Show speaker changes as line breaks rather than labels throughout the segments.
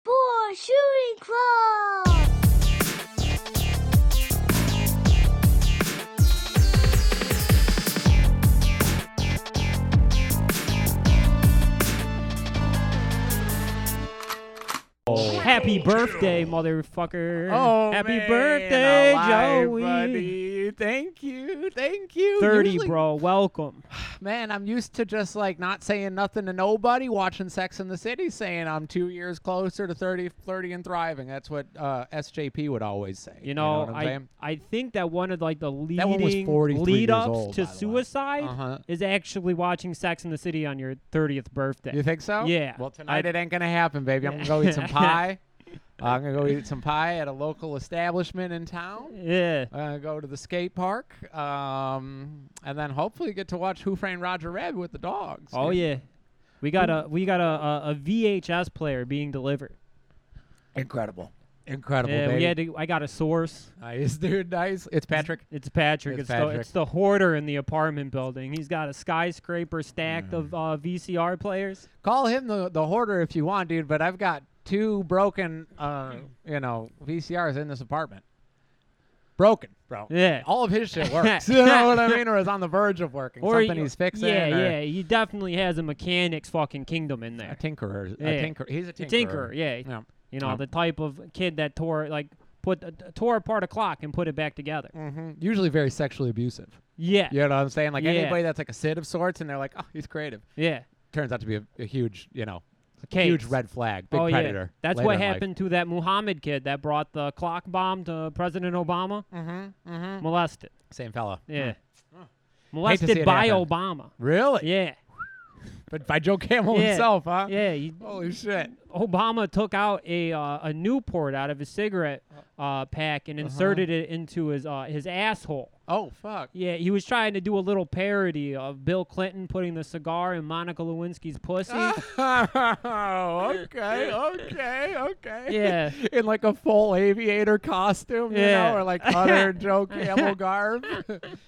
Star Shooting Club!
Happy birthday, motherfucker.
Oh,
Happy
man,
birthday,
alive,
Joey.
buddy. Thank you, thank you.
30,
Usually-
bro. Welcome.
Man, I'm used to just like not saying nothing to nobody, watching Sex in the City, saying I'm two years closer to 30, 30 and thriving. That's what uh, SJP would always say.
You know,
what I'm
I
saying?
I think that one of like the
That one was
leading
43
lead
years
ups
old,
to
by the way.
suicide
Uh-huh.
is actually watching Sex in the City on your 30th birthday.
You think so?
Yeah.
Well, tonight
I-
it ain't gonna happen, baby. I'm gonna go eat some pie. I'm gonna go eat some pie at a local establishment in town.
yeah.
Uh, go to the skate park, um, and then hopefully get to watch Who Framed Roger Rabbit with the dogs.
Oh
dude.
yeah. We got a we got a, a, a VHS player being delivered.
Incredible. Incredible,
Yeah,
baby.
we had to, I got a source.
nice, dude. Nice. It's Patrick.
It's Patrick.
It's
It's, The,
Patrick.
it's the hoarder in the apartment building. He's got a skyscraper stacked
Mm.
of uh, VCR players.
Call him the, the hoarder if you want, dude, but I've got two broken, uh, you know, VCRs in this apartment. Broken, bro.
Yeah.
All of his shit works. you know what I mean? Or is on the verge of working. Something
you-
he's fixing.
Yeah,
or
yeah. He definitely has a mechanics fucking kingdom in
A
there.
tinkerer.
Yeah.
A tinker. He's a
A
tinkerer.
tinkerer, yeah.
Yeah.
You know,
Yeah.
the type of kid that tore like put uh, tore apart a clock and put it back together.
Mhm. Usually very sexually abusive.
Yeah.
You know what I'm saying? Like
Yeah.
anybody that's like a Sid of sorts and they're like, oh, he's creative.
Yeah.
Turns out to be a, a huge, you know,
Okay.
huge red flag. Big
oh,
predator.
Yeah. That's
later
what
in life.
happened to that Muhammad kid that brought the clock bomb to President Obama. Mm-hmm. Molested.
Same fella.
Yeah.
Mm-hmm. Mm.
Mm.
Hate to see
Molested
it
by
happen.
Obama.
Really?
Yeah.
But by Joe Camel
Yeah.
himself, huh?
Yeah. he-
Holy shit.
Obama took out a uh, a Newport out of his cigarette uh, pack
Uh-huh.
and inserted it into his uh, his asshole.
Oh fuck.
Yeah, he was trying to do a little parody of Bill Clinton putting the cigar in Monica Lewinsky's pussy.
Ah. okay, okay, okay.
Yeah.
In like a full aviator costume,
Yeah.
you know, or like other Joe Camel garb.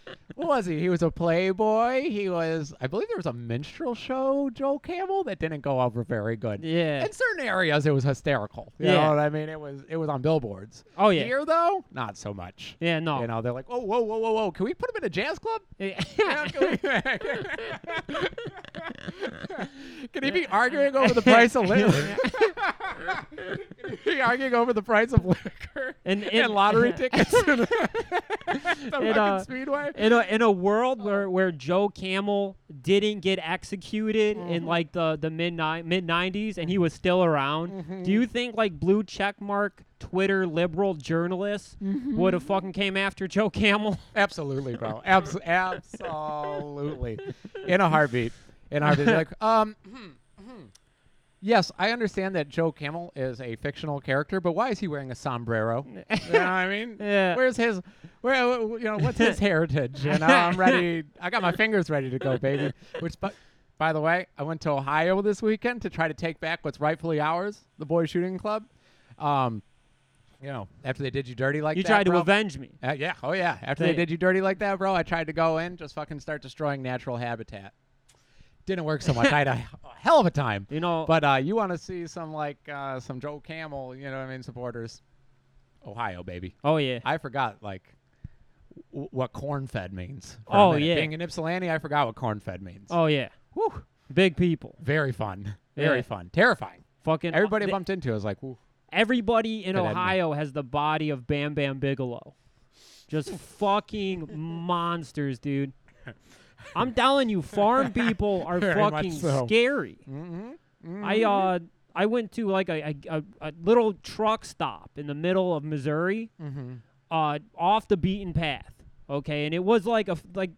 what was he? He was a playboy. He was, I believe there was a minstrel show, Joe Camel, that didn't go over very good.
Yeah.
In certain areas, it was hysterical. You
Yeah.
know what I mean? It was, it was on billboards.
Oh, yeah.
Here though, not so much.
Yeah, no.
You know, they're like, oh, whoa, whoa, whoa, whoa. Can we put him in a jazz club? Yeah, can we- Can he be arguing over the price of liquor? Can he be arguing over the price of liquor
And-
and,
and-
lottery tickets? and the fucking
uh,
speedway.
in a in a world
Oh.
where, where Joe Camel didn't get executed
Mm-hmm.
in like the the mid mid nineties and he was still around,
Mm-hmm.
do you think like blue checkmark Twitter liberal journalists
Mm-hmm.
would have fucking came after Joe Camel?
Absolutely, bro. Abs- absolutely. In a heartbeat. In a heartbeat. They're like, um, yes, I understand that Joe Camel is a fictional character, but why is he wearing a sombrero? you know what I mean?
Yeah.
Where's his, where, you know, what's his heritage? You know, I'm ready. I got my fingers ready to go, baby. Which, but, by the way, I went to Ohio this weekend to try to take back what's rightfully ours, the Boys Shooting Club. Um, you know, after they did you dirty like
You
that,
tried to
bro.
avenge me.
Uh, yeah. Oh, yeah. After
Yeah.
they did you dirty like that, bro, I tried to go in, just fucking start destroying natural habitat. Didn't work so much. I had a, h- a hell of a time.
You know-
But uh, you want to see some like uh, some Joe Camel, you know what I mean? Supporters, Ohio baby.
Oh yeah.
I forgot like w- what corn fed means. for a
Oh,
minute.
yeah.
Being an Ypsilanti, I forgot what corn fed means.
oh yeah.
Whew.
Big people.
Very fun. Very
Yeah.
fun. Terrifying.
Fucking uh,
Everybody
th-
bumped into was like, Ooh.
Everybody in
Could add me.
Ohio has the body of Bam Bam Bigelow. Just fucking monsters, dude. I'm telling you, farm people are
Very much
fucking
so. Mm-hmm.
scary. I uh I went to like a a, a, a little truck stop in the middle of Missouri,
Mm-hmm.
uh, off the beaten path. Okay, and it was like a f- like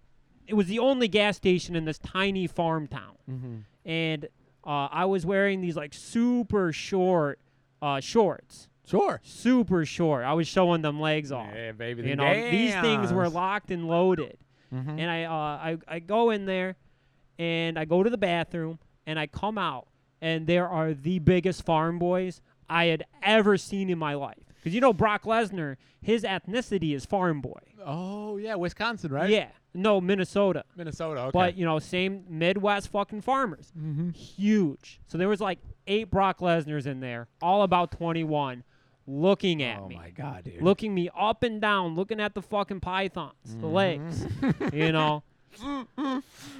it was the only gas station in this tiny farm town,
Mm-hmm.
and uh, I was wearing these like super short uh, shorts,
sure.
super short. I was showing them legs off.
Yeah, baby,
You
them
know, these things were
gams.
locked and loaded.
Mm-hmm.
And I, uh, I I go in there, and I go to the bathroom, and I come out, and there are the biggest farm boys I had ever seen in my life. Because you know Brock Lesnar, his ethnicity is farm boy.
Oh, yeah. Wisconsin, right?
Yeah, no Minnesota.
Minnesota. Okay. Mm-hmm.
But you know, same Midwest fucking farmers, huge. So there was like eight Brock Lesnar's in there, all about 21, looking at
oh
me,
my god, dude.
looking me up and down, looking at the fucking pythons, the legs, you know. And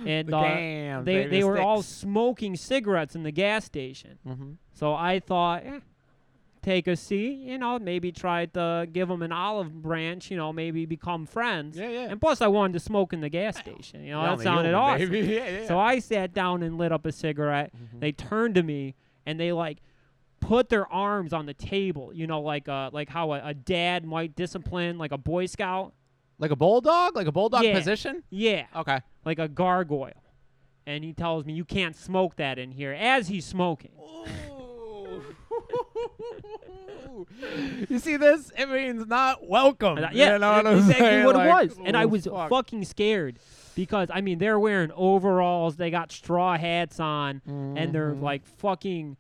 Mm-hmm. The
uh,
damn
they
baby
they were all
sticks.
smoking cigarettes in the gas station.
Mm-hmm.
So I thought, eh, take a seat, you know, maybe try to give them an olive branch, you know, maybe become friends.
Yeah, yeah.
And plus, I wanted to smoke in the gas station. You know, that sounded awesome.
Baby. Yeah, yeah. Mm-hmm.
So I sat down and lit up a cigarette. They turned to me and they like put their arms on the table, you know, like uh like how a, a dad might discipline like a boy scout.
like a bulldog, like a bulldog
Yeah.
position.
Yeah. uh,
Okay.
Like a gargoyle. And he tells me you can't smoke that in here as he's smoking.
you see this? It means not welcome.
And I- yeah,
you know what
that's
I'm
exactly
saying?
what it
Like,
was. And I
oh,
was
fuck.
fucking scared because I mean they're wearing overalls, they got straw hats on, and they're
Mm-hmm.
like fucking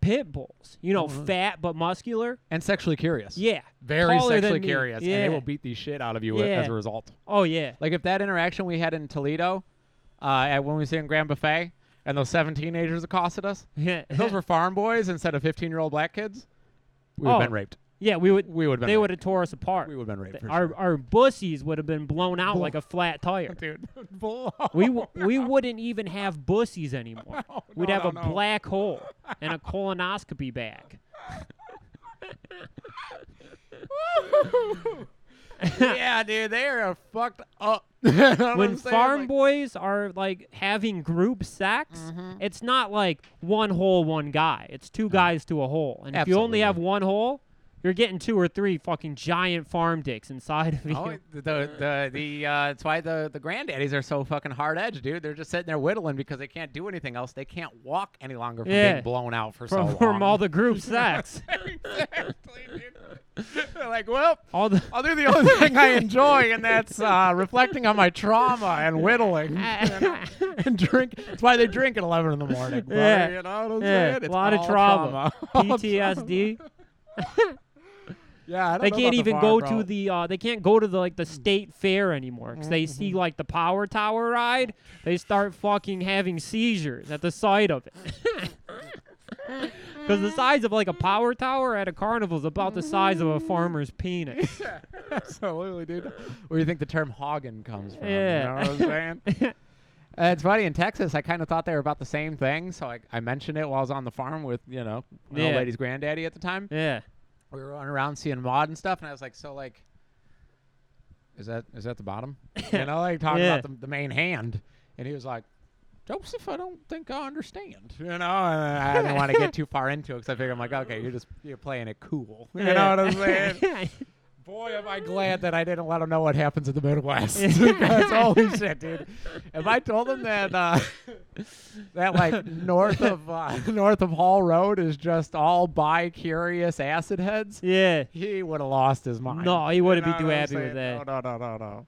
pit bulls. You know, fat but muscular.
and sexually curious.
Yeah,
Very
taller than
sexually
me.
curious,
Yeah.
and they will beat the shit out of you
Yeah.
as a result.
Oh yeah.
Like if that interaction we had in Toledo, uh, at when we was in Grand Buffet, and those seven teenagers accosted us,
Yeah.
if those were farm boys instead of fifteen-year-old black kids, we would
Oh.
have been raped.
yeah, we would.
We would have been.
They would have
raped.
tore us apart.
We would have been raped.
Th-
For
our
sure.
our bussies would have been blown out like a flat tire.
dude,
We w- we wouldn't even have bussies anymore. We'd
Oh, no,
have
no,
a
no.
black hole and a colonoscopy bag.
yeah, dude, they are fucked up. You know what I'm
when
saying?
farm
Like-
boys are like having group sex,
Mm-hmm.
it's not like one hole, one guy. It's two guys to a hole. And if you only
Absolutely.
have one hole, you're getting two or three fucking giant farm dicks inside of you.
Oh, the the the uh, that's why the the granddaddies are so fucking hard edged, dude. They're just sitting there whittling because they can't do anything else. They can't walk any longer from
Yeah.
being blown out for
from,
so long.
from all the group sex.
exactly, dude. They're like, well,
all the
I'll do the only thing I enjoy, and that's uh, reflecting on my trauma and whittling and drink. That's why they drink at eleven in the morning. brother,
Yeah.
you know what I'm
yeah,
saying? It's
a lot of
all
trauma.
All trauma.
PTSD.
Yeah, I don't
They
know
can't
about
even go
the farm, bro.
to the uh, they can't go to the like the state fair anymore because they see
Mm-hmm.
like the power tower ride. They start fucking having seizures at the sight of it. Because the size of like a power tower at a carnival is about the size of a
Mm-hmm.
farmer's penis.
Absolutely, dude. Where do you think the term Hagen comes from?
Yeah.
You know what I'm saying? Uh, it's funny in Texas. I kind of thought they were about the same thing, so I, I mentioned it while I was on the farm with you know my old
Yeah.
lady's granddaddy at the time.
Yeah.
We were running around seeing mod and stuff, and I was like, so like, is that is that the bottom? you know, like talking
Yeah.
about the, the main hand, and he was like. Joseph, I don't think I understand. You know, and I didn't want to get too far into it because I figured I'm like, okay, you're just you're playing it cool. You know what I'm saying?
saying?
Boy, am I glad that I didn't let them know what happens in the Midwest. Because holy shit, dude! If I told them that uh, that like north of uh, north of Hall Road is just all bi curious acid heads,
yeah.
he would have lost his mind.
No, he wouldn't be
know
too
what I'm
happy with
saying?
that.
No, no, no, no, no.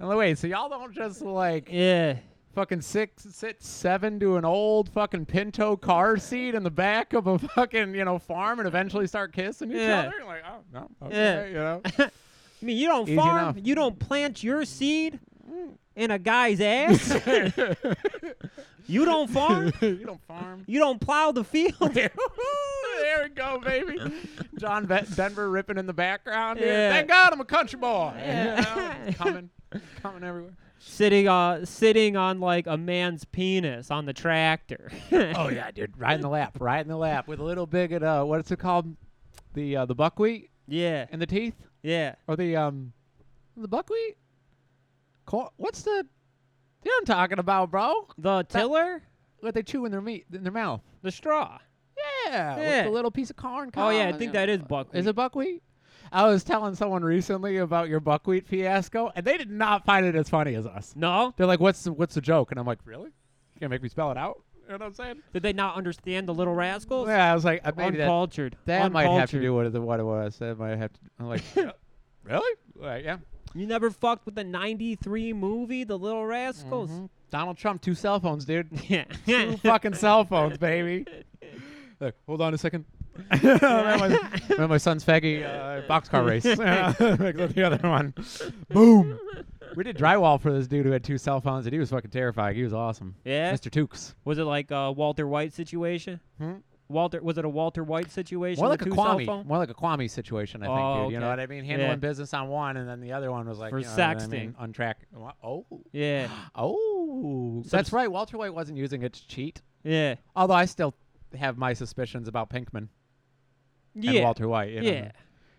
And wait, so y'all don't just like
Yeah.
fucking six, sit seven to an old fucking Pinto car seat in the back of a fucking you know farm and eventually start kissing each
Yeah.
other? Like, oh no, okay,
Yeah.
you know.
I mean, you don't
Easy
farm,
enough.
you don't plant your seed in a guy's ass. you don't farm,
you don't farm.
you don't plow the field.
there we go, baby. John Vet- Denver ripping in the background. dude.
Yeah.
Thank God I'm a country boy.
Yeah.
You know, it's coming, coming everywhere.
sitting uh sitting on like a man's penis on the tractor.
Oh yeah, dude, right in the lap, right in the lap, with a little bit of uh, what's it called, the uh, the buckwheat
yeah.
in the teeth,
Yeah.
or the um, the buckwheat. Cor- what's the? You know what I'm talking about, bro?
The tiller,
What they chew in their meat in their mouth.
the straw.
Yeah,
Yeah.
with the little piece of corn.
Oh yeah, I
cob, you
think
know.
that is buckwheat.
Is it buckwheat? I was telling someone recently about your buckwheat fiasco, and they did not find it as funny as us.
No?
They're like, "What's the, what's the joke?" And I'm like, "Really? You gonna make me spell it out?" You know what I'm saying?
Did they not understand the little rascals?
Yeah, I was like, uh, "Maybe that,
Uncultured.
that might have to
Uncultured.
do with it- what it was. That might have to." I'm like, "Yeah, "Really? Like, yeah."
You never fucked with the 93 movie, The Little Rascals?
Mhm. Donald Trump, two cell phones, dude.
Yeah.
Mm-hmm. two fucking cell phones, baby. Like, hold on a second. remember, my, remember my son's faggy uh, boxcar race. Like the other one. Boom. We did drywall for this dude who had two cell phones, and he was fucking terrifying. He was awesome.
Yeah?
Mr. Tukes.
Was it like a Walter White situation?
Hmm?
Walter was it a Walter White situation?
More
with
like a
two cell
Kwame,
phone?
more like a Kwame situation, I think,
Oh,
dude. You know
okay.
what I mean?
Yeah.
Handling business on one, and then the other one was like
For
you know what I
sexting.
mean, on track. Wha- Oh,
Yeah,
oh,
Subs-
that's right. Walter White wasn't using it to cheat.
yeah,
Although I still have my suspicions about Pinkman
yeah,
and Walter White. You know?
yeah.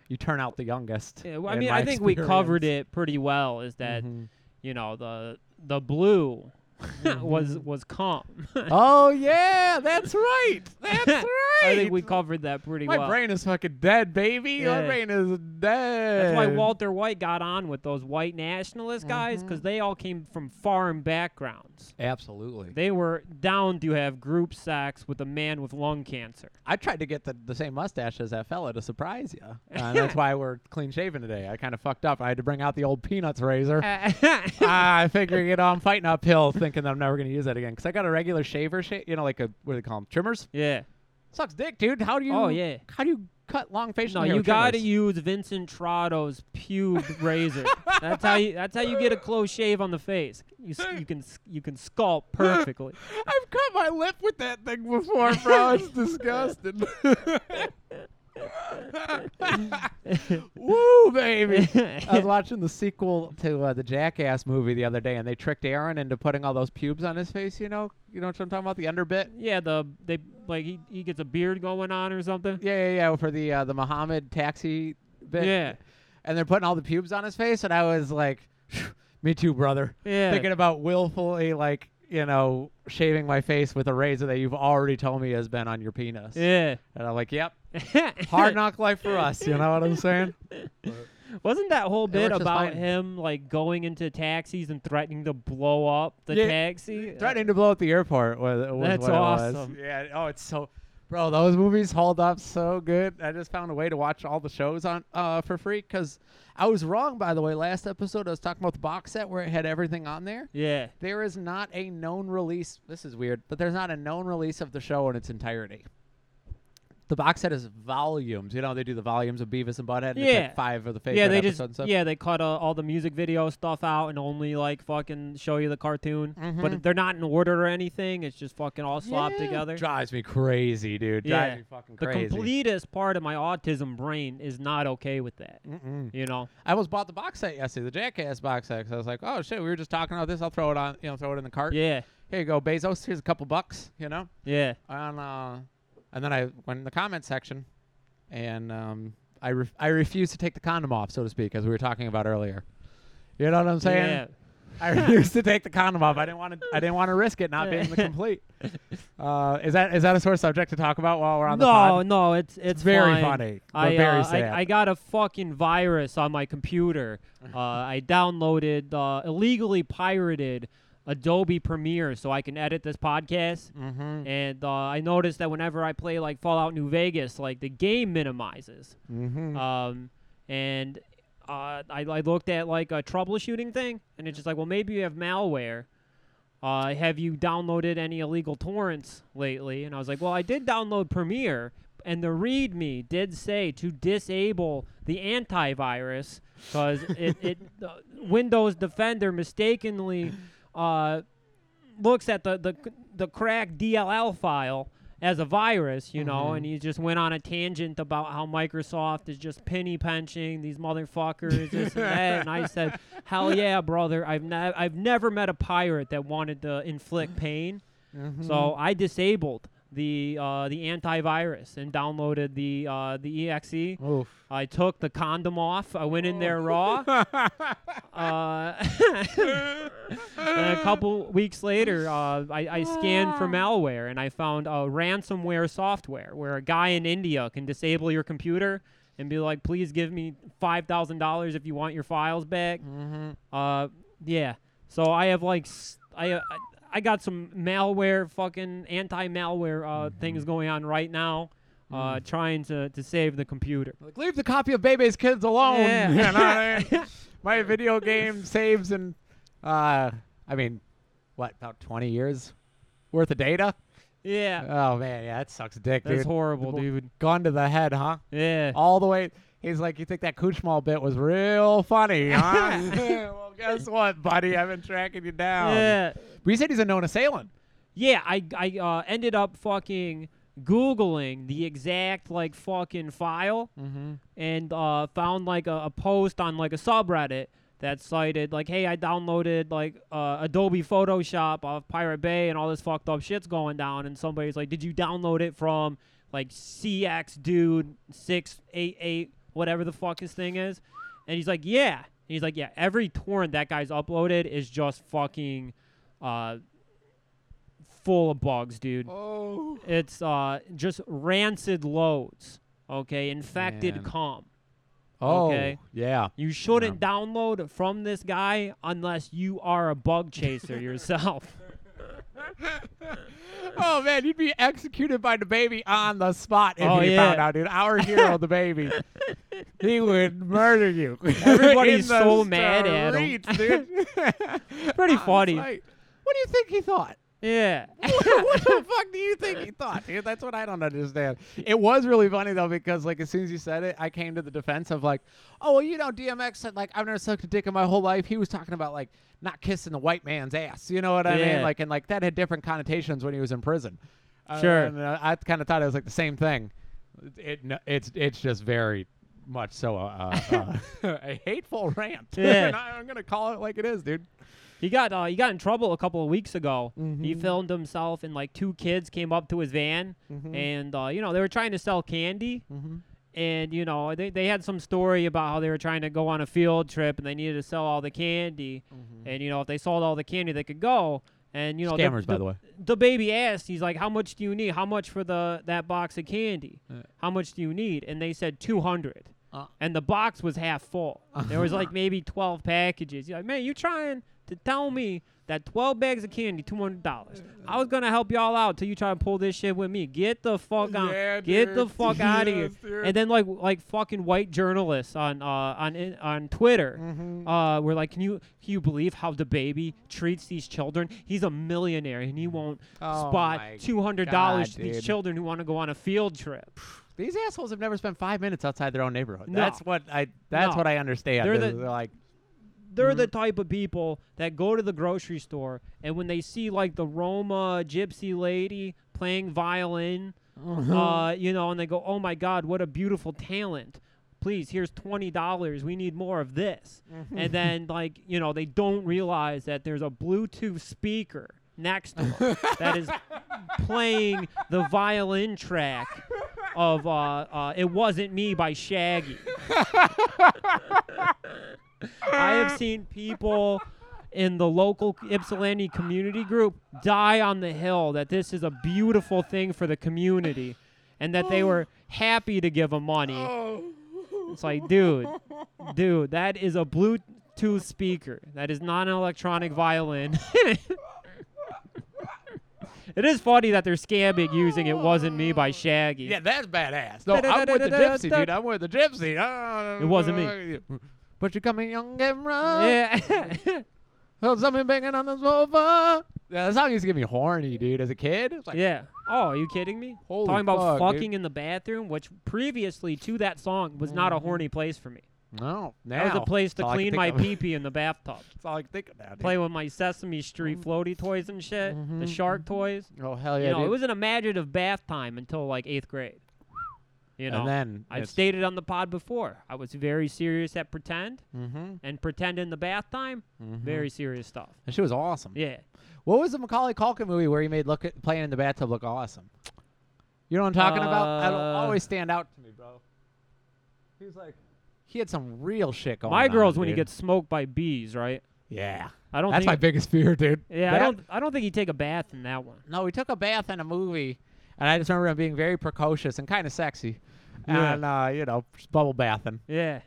you turn out the youngest.
yeah. Well, I
in
mean,
my
I think we covered
experience.
it pretty well. Is that
Mhm.
you know the the blue was was calm.
oh yeah, that's right. That's right.
I think we covered that pretty
my
well.
brain is fucking dead, baby.
Yeah.
My brain is dead. Mm-hmm.
That's why Walter White got on with those white nationalist guys because they all came from farm backgrounds.
Absolutely.
They were down to have group sex with a man with lung cancer.
I tried to get the, the same mustache as that fella to surprise you. and that's why we're clean shaven today. I kind of fucked up. I had to bring out the old peanuts razor. Ah, I figure, you know, I'm fighting uphill thinking that I'm never going to use that again. Because I got a regular shaver, sha- you know, like a, what do they call them? Trimmers?
yeah.
Sucks dick, dude. How do you,
Oh, yeah.
how do you cut long facial
No,
hair
you
with
got to
trimmers?
use Vincent Trotto's pube razor. That's how you. That's how you get a close shave on the face. You, s- you can s- you can sculpt perfectly.
I've cut my lip with that thing before, bro. It's disgusting. Woo, baby. I was watching the sequel to uh, the Jackass movie the other day, and they tricked Aaron into putting all those pubes on his face, you know? You know what I'm talking about? The underbit?
yeah, the they like he, he gets a beard going on or something.
Yeah, yeah, yeah, for the, uh, the Muhammad taxi bit.
Yeah.
And they're putting all the pubes on his face, and I was like, me too, brother.
Yeah.
Thinking about willfully, like, you know, shaving my face with a razor that you've already told me has been on your penis.
Yeah.
And I'm like, yep, hard knock life for us. You know what I'm saying?
Wasn't that whole bit
works just
about
fine.
him like going into taxis and threatening to blow up the
Yeah,
taxi?
Threatening to blow up the airport was, was
That's
what it was.
awesome.
Yeah. Oh, it's so, bro. Those movies hold up so good. I just found a way to watch all the shows on uh, for free because I was wrong. By the way, last episode I was talking about the box set where it had everything on there.
Yeah.
There is not a known release. This is weird, but there's not a known release of the show in its entirety. The box set is volumes. You know, they do the volumes of Beavis and Butthead. And it's like
Yeah.
five of the favorite
Yeah, they
episodes
just
and stuff.
yeah they cut uh, all the music video stuff out and only like fucking show you the cartoon, but they're not in order or anything. It's just fucking all slopped
Yeah.
together.
Drives me crazy, dude. Drives
Yeah.
me fucking
the
crazy.
completest part of my autism brain is not okay with that.
Mm.
You know?
I almost bought the box set yesterday, the Jackass box set. 'cause I was like, oh shit, we were just talking about this. I'll throw it on, you know, throw it in the cart.
Yeah,
Here you go, Bezos. Here's a couple bucks, you know.
yeah.
And uh, and then I went in the comment section, and um, I ref I refused to take the condom off, so to speak, as we were talking about earlier. You know what I'm saying?
Yeah.
I refused to take the condom off. I didn't want to. I didn't want to risk it not being the complete. Uh, is that is that a sore subject to talk about while we're on the
No,
pod?
no, it's it's
very
fine.
funny, but
I,
very
uh,
sad.
I I got a fucking virus on my computer. Uh, I downloaded uh, illegally pirated Adobe Premiere so I can edit this podcast.
Mm-hmm.
And uh, I noticed that whenever I play like Fallout New Vegas, like the game minimizes.
Mm-hmm.
Um, and uh, I, I looked at like a troubleshooting thing, and it's just like, well, maybe you have malware. Uh, have you downloaded any illegal torrents lately? And I was like, well, I did download Premiere, and the README did say to disable the antivirus because it, it uh, Windows Defender mistakenly uh, looks at the the the cracked DLL file as a virus, you know, and he just went on a tangent about how Microsoft is just penny pinching these motherfuckers, this and that. And I said, "Hell yeah, brother! I've ne- I've never met a pirate that wanted to inflict pain."
Mm-hmm.
So I disabled the uh, the antivirus and downloaded the uh, the exe.
Oof.
I took the condom off. I went in there raw. uh, and a couple weeks later, uh, I, I scanned for malware and I found uh, ransomware software where a guy in India can disable your computer and be like, please give me $5,000 if you want your files back.
Mm. Mm-hmm.
Uh, yeah. So I have like, s- I, I, I got some malware, fucking anti malware uh, things going on right now. Uh, trying to, to save the computer.
Like, leave the copy of Bebe's Kids alone.
Yeah.
You know what I mean? My video game saves in, uh, I mean, what, about 20 years worth of data?
Yeah.
Oh, man, yeah, that sucks dick,
That's
dude.
horrible,
Well,
dude.
Gone to the head, huh?
Yeah.
All the way. He's like, you think that Kuchmal bit was real funny, huh? well, guess what, buddy? I've been tracking you down.
yeah.
But you said he's a known assailant.
Yeah, I I uh, ended up fucking Googling the exact like fucking file
Mm-hmm.
and uh, found like a, a post on like a subreddit that cited like, "Hey, I downloaded like uh, Adobe Photoshop off Pirate Bay, and all this fucked up shit's going down." And somebody's like, "Did you download it from like CX Dude six eight eight whatever the fuck his thing is?" And he's like, "Yeah." And he's like, "Yeah." Every torrent that guy's uploaded is just fucking uh, full of bugs, dude.
Oh.
It's uh, just rancid loads. Okay, infected
Man.
cum.
Okay.
Okay.
Oh, Yeah.
You shouldn't download from this guy unless you are a bug chaser yourself.
Oh man, you'd be executed by the baby on the spot if
Oh,
he
yeah.
found out, dude. Our hero, the baby, he would murder you.
Everybody's
In the
so mad at him.
streets, dude.
Pretty
On
funny.
sight. What do you think he thought?
Yeah.
what the fuck do you think he thought, dude? That's what I don't understand. It was really funny though because like as soon as you said it, I came to the defense of like, oh well, you know, DMX said like I've never sucked a dick in my whole life. He was talking about like not kissing the white man's ass. You know what I mean?
Yeah.
Like and like that had different connotations when he was in prison. Uh,
Sure.
and, uh, I kind of thought it was like the same thing. It, it it's it's just very much so uh, uh, a hateful rant.
Yeah.
and I, I'm gonna call it like it is, dude.
He got uh, he got in trouble a couple of weeks ago. He
Mhm.
filmed himself and like two kids came up to his van
Mhm.
and uh, you know they were trying to sell candy
Mm-hmm.
and you know they, they had some story about how they were trying to go on a field trip and they needed to sell all the candy
Mm-hmm.
and you know if they sold all the candy they could go and you know
Scammers, by the way.
the baby asked, he's like, "How much do you need? How much for the that box of candy?
Yeah.
How much do you need?" And they said two hundred,
Uh.
and the box was half full. There was like maybe twelve packages. He's like, "Man, you trying to tell me that twelve bags of candy, two hundred dollars? I was gonna help y'all out till you try to pull this shit with me. Get the fuck out,
Yeah,
get the
dude.
fuck out of here."
Yes, dude.
And then like like fucking white journalists on uh on in- on Twitter
Mm-hmm.
uh, we're like, can you can you believe how the baby treats these children? He's a millionaire and he won't
Oh
spot
my
two hundred
God,
dollars to these
dude.
children who want to go on a field trip.
These assholes have never spent five minutes outside their own neighborhood.
No.
That's what I. That's
No.
what I understand.
They're
They're,
the-
like,
They're the type of people that go to the grocery store and when they see like the Roma gypsy lady playing violin, uh, you know, and they go, "Oh my God, what a beautiful talent." Please, here's twenty dollars. We need more of this. And then, like you know, they don't realize that there's a Bluetooth speaker next to them that is playing the violin track of uh, uh, "It Wasn't Me" by Shaggy. I have seen people in the local Ypsilanti community group die on the hill that this is a beautiful thing for the community and that they were happy to give them money. It's like, dude, dude, that is a Bluetooth speaker. That is not an electronic violin. it is funny that they're scamming using It Wasn't Me by Shaggy.
yeah, that's badass. No, I'm with the gypsy, dude. I'm with the gypsy. Ah.
It wasn't me.
But you're coming young and run.
Yeah.
Oh, something banging on the sofa. Yeah, that song used to get me horny, dude. As a kid, it's like,
yeah. Oh, are you kidding me?
Holy
Talking about
fuck, dude.
fucking in the bathroom, which previously to that song was not a horny place for me.
no, now
That was a place to
Mm-hmm. That's all I can
clean
think
my
of.
pee pee in the bathtub.
That's all I can think of now. Dude.
Play with my Sesame Street floaty toys and shit, the shark toys.
Oh hell
You
Mm-hmm. yeah,
know, it
dude.
was an imaginative bath time until like eighth grade. You know,
and then
I've stated on the pod before, I was very serious at pretend,
Mm-hmm.
and pretend in the bath time, very serious stuff.
And she was awesome.
Yeah.
What was the Macaulay Culkin movie where he made look at, playing in the bathtub look awesome? You know what I'm talking about? That'll
Uh,
always stand out to me, bro. He was like, he had some real shit going.
my
on,
girl's when he
dude.
gets smoked by bees, right?
yeah.
I don't
That's my
think
biggest fear, dude.
Yeah, I
That-
don't I don't think he'd take a bath in that one.
No, we took a bath in a movie, and I just remember him being very precocious and kind of sexy,
Yeah.
and uh, you know, just bubble bathing.
Yeah.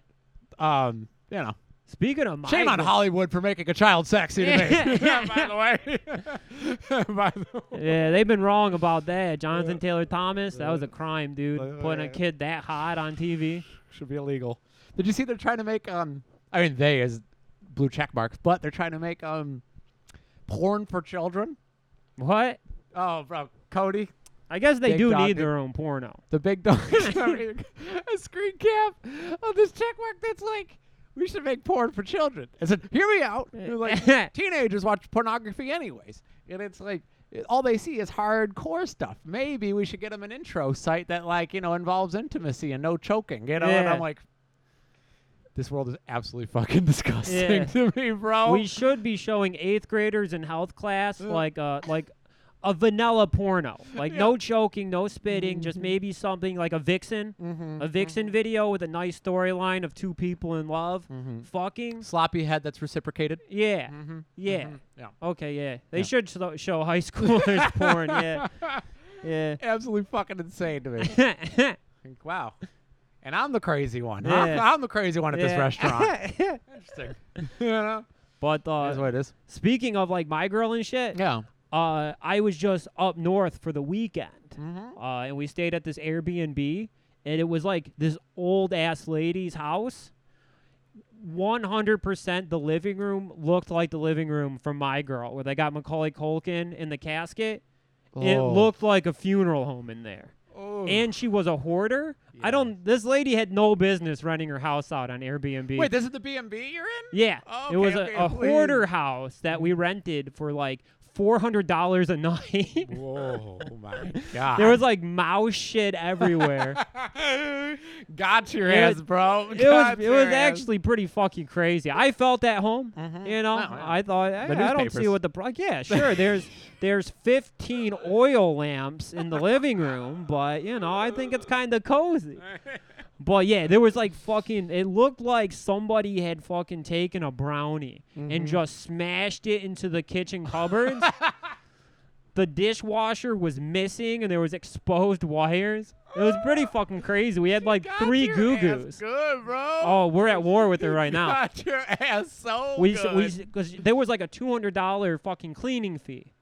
Um, you know,
Speaking of my
shame on
girl-
Hollywood for making a child sexy to me. By the way, by the way.
Yeah, they've been wrong about that. Jonathan Taylor Thomas, that was a crime, dude.
Uh,
Putting a kid that hot on TV.
should be illegal. Did you see they're trying to make um I mean they as blue check marks, but they're trying to make um porn for children?
What?
Oh bro, Cody,
I guess they
Big
do
dog,
need
dude.
their own porno.
the big dog is having a screen cap of this check mark that's like we should make porn for children. I said, hear me out. It was like teenagers watch pornography anyways. And it's like all they see is hardcore stuff. Maybe we should get them an intro site that like you know involves intimacy and no choking. You know, and
Yeah.
I'm like, this world is absolutely fucking disgusting
Yeah.
to me, bro.
We should be showing eighth graders in health class
Oh. Yeah.
like a like a vanilla porno, like
Yeah. Mm-hmm.
no choking, no spitting, just maybe something like a vixen,
Mhm,
a vixen video with a nice storyline of two people in love,
Mhm.
fucking.
Sloppy head that's reciprocated.
Yeah,
Mhm,
yeah.
mhm, yeah.
Okay, yeah. They
Yeah.
should show, show high schoolers porn. Yeah, yeah.
Absolutely fucking insane to me. Think, wow. And I'm the crazy one.
Yeah.
I'm, I'm the crazy one at this
Yeah.
restaurant. Interesting. you know?
but
That's
uh,
what it is.
speaking of like my girl and shit,
Yeah.
uh, I was just up north for the weekend.
Mm-hmm.
uh, and we stayed at this Airbnb, and it was like this old ass lady's house. 100% the living room looked like the living room from My Girl, where they got Macaulay Culkin in the casket. It
Oh.
looked like a funeral home in there. And she was a hoarder.
Hmm. Yeah.
I don't, this lady had no business renting her house out on Airbnb.
Wait, this is the B&B you're in?
yeah.
Okay,
it was
okay,
a, a
please.
hoarder house that we rented for like $400 a night.
Whoa, my God.
there was like mouse shit everywhere.
Got your
It
ass,
was-
bro.
it was it was actually pretty fucking crazy. I felt at home.
Mhm.
You know,
Oh, yeah.
I thought "Hey, I don't see
newspapers.
what the pro- yeah sure. There's there's 15 oil lamps in the living room, but you know I think it's kind of cozy. But yeah, there was like fucking. It looked like somebody had fucking taken a brownie
Mm-hmm.
and just smashed it into the kitchen cupboards. the dishwasher was missing, and there was exposed wires. It was pretty fucking crazy. We had like three goo goos.
Good, bro.
Oh, we're at war with her right now.
Got your ass so
We s-
good.
we because there was like a two hundred dollar fucking cleaning fee,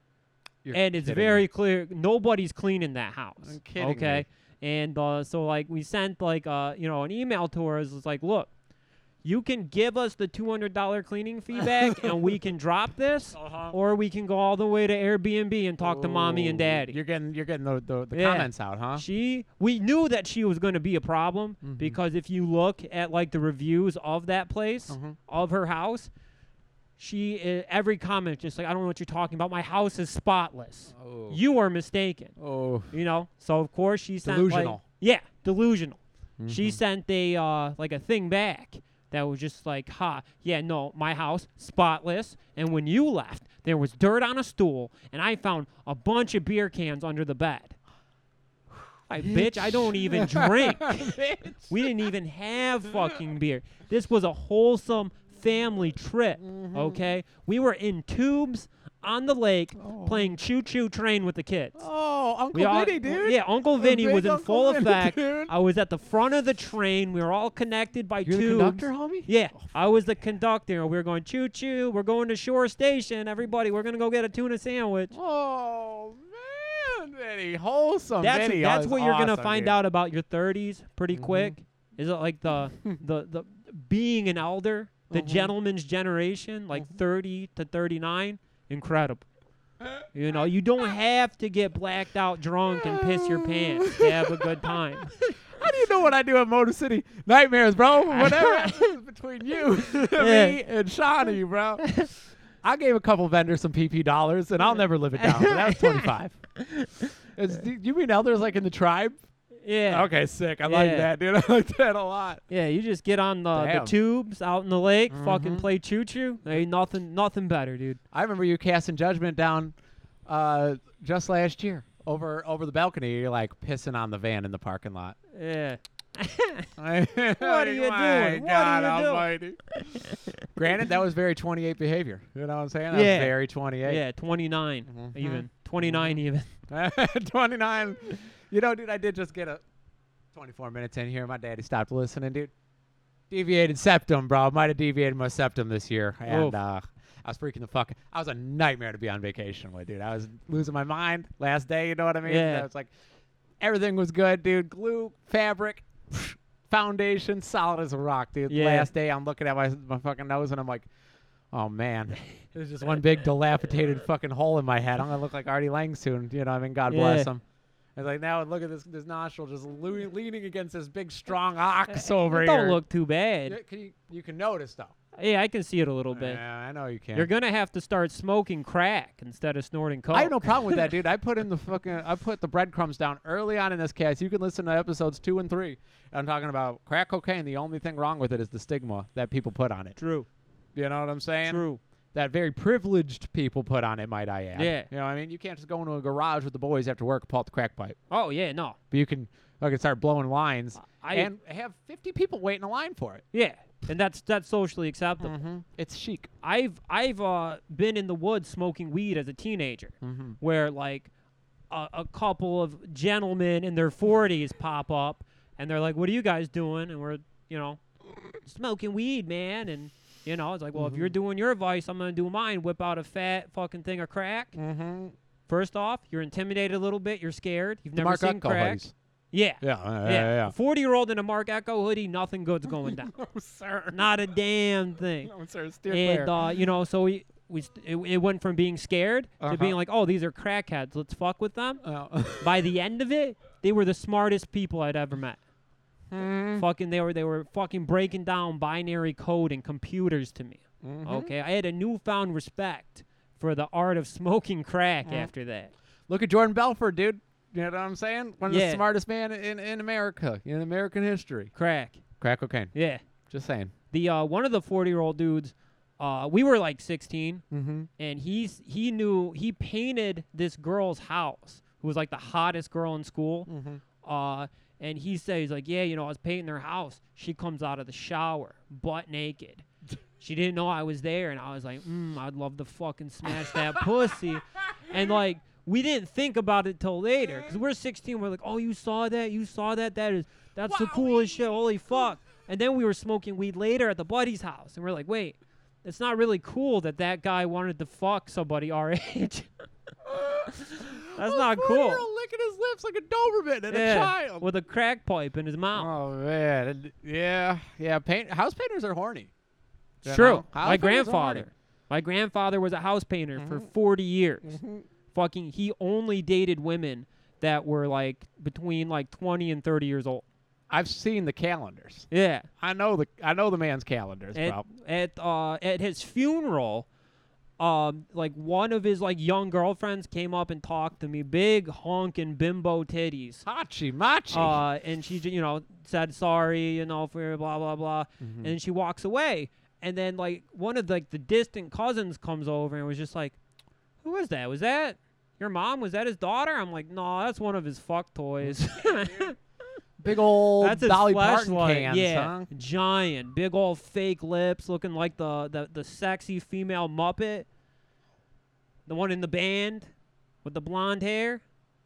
You're
and it's
kidding
very
me.
clear nobody's cleaning that house.
I'm kidding me.
okay, and uh, so like we sent like uh you know an email to her. It's like, look, you can give us the two hundred dollar cleaning fee back, and we can drop this,
Uh-huh.
or we can go all the way to Airbnb and talk to mommy and
Ooh,
daddy.
Oh, You're getting you're getting the, the, the
Yeah.
comments out, huh?
She, we knew that she was going to be a problem
Mhm.
because if you look at like the reviews of that place,
Mhm.
of her house, she i- every comment just like I don't know what you're talking about. My house is spotless.
Oh.
You are mistaken.
Oh.
You know. So of course she sent like-
Delusional.
yeah, delusional. She sent a uh, like a thing back that was just like, "Ha, yeah, no, my house spotless." And when you left, there was dirt on a stool, and I found a bunch of beer cans under the bed. I bitch, I don't even drink. We didn't even have fucking beer. This was a wholesome family trip, okay? We were in tubes on the lake playing choo choo train with the kids.
Oh, Uncle
We all-
Vinny, dude.
Yeah, Uncle Vinny
big
was in
Uncle
full
Vinny,
effect.
dude.
I was at the front of the train. We were all connected by
You're the
tubes.
conductor, homie?
Yeah, I was the conductor. We were going choo choo. We're going to Shore Station. Everybody, we're gonna go get a tuna sandwich.
Oh man, Vinny, wholesome
that's
Vinny.
that's
is
what you're gonna
awesome,
find
dude. Mm-hmm.
out about your 30s pretty quick. Is it like the the the being an elder, the
Mm-hmm.
gentleman's generation, like 30 to 39, incredible. You know, you don't have to get blacked out drunk and piss your pants to have a good time.
How do you know what I do at Motor City? Nightmares, bro. Whatever happens between you, me, and Shawnee, bro. I gave a couple vendors some PP dollars, and I'll never live it down. But that was twenty five. you mean elders like in the tribe?
Yeah.
Okay, sick. I like
Yeah.
that, dude. I like that a lot.
Yeah, you just get on the, the
Damn.
tubes out in the lake, fucking
Mhm.
play choo choo. Ain't nothing nothing better, dude.
I remember you casting judgment down uh, just last year over over the balcony. You're like pissing on the van in the parking lot.
Yeah.
what
are you doing? What are you doing?
Granted, that was very 28 behavior. You know what I'm saying? That
Yeah.
was very 28.
Yeah, 29
Mhm.
even. 29
Mm-hmm.
even.
Yeah. 29. You know, dude, I did just get a 24 minutes in here. My daddy stopped listening, dude. Deviated septum, bro. I might have deviated my septum this year.
Oof.
And uh, I was freaking the fuck. I was a nightmare to be on vacation with, dude. I was losing my mind last day. You know what I mean?
Yeah.
I was like, everything was good, dude. Glue, fabric, foundation, solid as a rock, dude.
Yeah.
Last day, I'm looking at my, my fucking nose and I'm like, oh man, there's just one big dilapidated fucking hole in my head. I'm gonna look like Artie Lang soon. You know, what I mean, God bless
Yeah.
him. It's like now look at this this nostril just leo- leaning against this big strong ox over
It
here.
Uh, don't look too
Yeah,
bad.
Can you, you can notice though.
Yeah, I can see it a little bit.
Yeah, I know you can.
You're gonna have to start smoking crack instead of snorting coke.
I have no problem with that, dude. I put in the fucking I put the breadcrumbs down early on in this cast. You can listen to episodes two and three. I'm talking about crack cocaine. The only thing wrong with it is the stigma that people put on it.
True.
You know what I'm saying?
True.
That very privileged people put on it, might I add.
Yeah.
You know, what I mean, you can't just go into a garage with the boys after work, pull out the crack pipe,
Oh yeah, no.
but you can fucking start blowing lines
I-
and have 50 people waiting in line for it.
Yeah, and that's that's socially acceptable.
Mm-hmm. It's chic.
I've I've uh, been in the woods smoking weed as a teenager, where like a, a couple of gentlemen in their forties pop up and they're like, "What are you guys doing?" And we're you know smoking weed, man. And you know it's like, well, if
Mm-hmm.
you're doing your vice, I'm gonna do mine. Whip out a fat fucking thing of crack.
Mm-hmm.
First off, you're intimidated a little bit. You're scared. You've never
Mark
seen
Utko
crack.
hoodies.
Yeah.
Yeah, uh, yeah, yeah, yeah.
Forty-year-old in a Mark Echo hoodie, nothing good's going down.
No, Oh, sir.
Not a damn thing
No, sir. Steer
and uh, you know, so we, we st- it, it went from being scared
Uh-huh.
to being like, oh, these are crackheads. Let's fuck with them.
Oh.
By the end of it, they were the smartest people I'd ever met.
Mm-hmm.
Fucking, they were they were fucking breaking down binary code and computers to me.
Mm-hmm. Oh.
Okay, I had a newfound respect for the art of smoking crack after that.
Look at Jordan Belfort, dude. You know what I'm saying? One of
Yeah.
the smartest man in, in America, in American history.
Crack,
Crack cocaine.
yeah.
Just saying.
The uh, one of the forty year old dudes, uh, we were like sixteen.
Mm-hmm.
and he's he knew he painted this girl's house who was like the hottest girl in school uh and he says like yeah you know i was painting her house she comes out of the shower butt naked she didn't know i was there and i was like mm, i'd love to fucking smash that pussy and like we didn't think about it till later because we're 16 we're like oh you saw that you saw that that is that's the coolest shit holy fuck and then we were smoking weed later at the buddy's house and we're like wait it's not really cool that that guy wanted to fuck somebody our age.
Oh,
That's not cool.
licking his lips like a Doberman and
Yeah,
a child.
With a crack pipe in his mouth.
oh man, And- yeah, yeah. Paint house painters are horny.
It's
You
True.
know? House
My
painters are horny.
grandfather. My grandfather was a house painter for 40 years. Fucking, he only dated women that were like between like 20 and 30 years old.
I've seen the calendars.
Yeah.
I know the I know the man's calendars,
at,
bro.
at uh at his funeral um like one of his like young girlfriends came up and talked to me big honking bimbo titties
Hachi machi.
uh, and she, ju- you know, said sorry, you know, for blah blah blah,
Mm-hmm.
and then she walks away. And then like one of like the distant cousins comes over and was just like, "Who was that? Was that your mom? Was that his daughter?" I'm like, "No, that's one of his fuck toys.
Big old
that's his
Dolly Parton
flashlight.
cans,
yeah,
huh?
giant, big old fake lips, looking like the, the the sexy female Muppet, the one in the band with the blonde hair."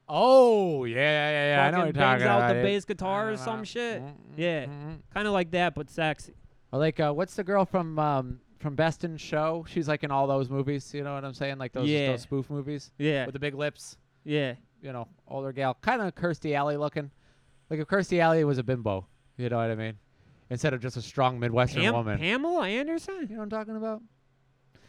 Oh yeah, yeah, yeah. yeah. I know what
fucking
you're
bangs
talking
out
about.
the
it.
bass guitar or
Uh,
some shit.
mm,
Yeah,
mm.
kind of like that, but sexy.
Or like, uh, what's the girl from um, from Best in Show? She's like in all those movies. You know what I'm saying? Like those,
Yeah.
those spoof movies
Yeah,
with the big lips.
yeah,
You know, older gal, kind of Kirstie Alley looking. Like if Kirstie Alley was a bimbo, you know what I mean? Instead of just a strong Midwestern
Pam-
woman.
Pamela
You
Anderson.
know what I'm talking about?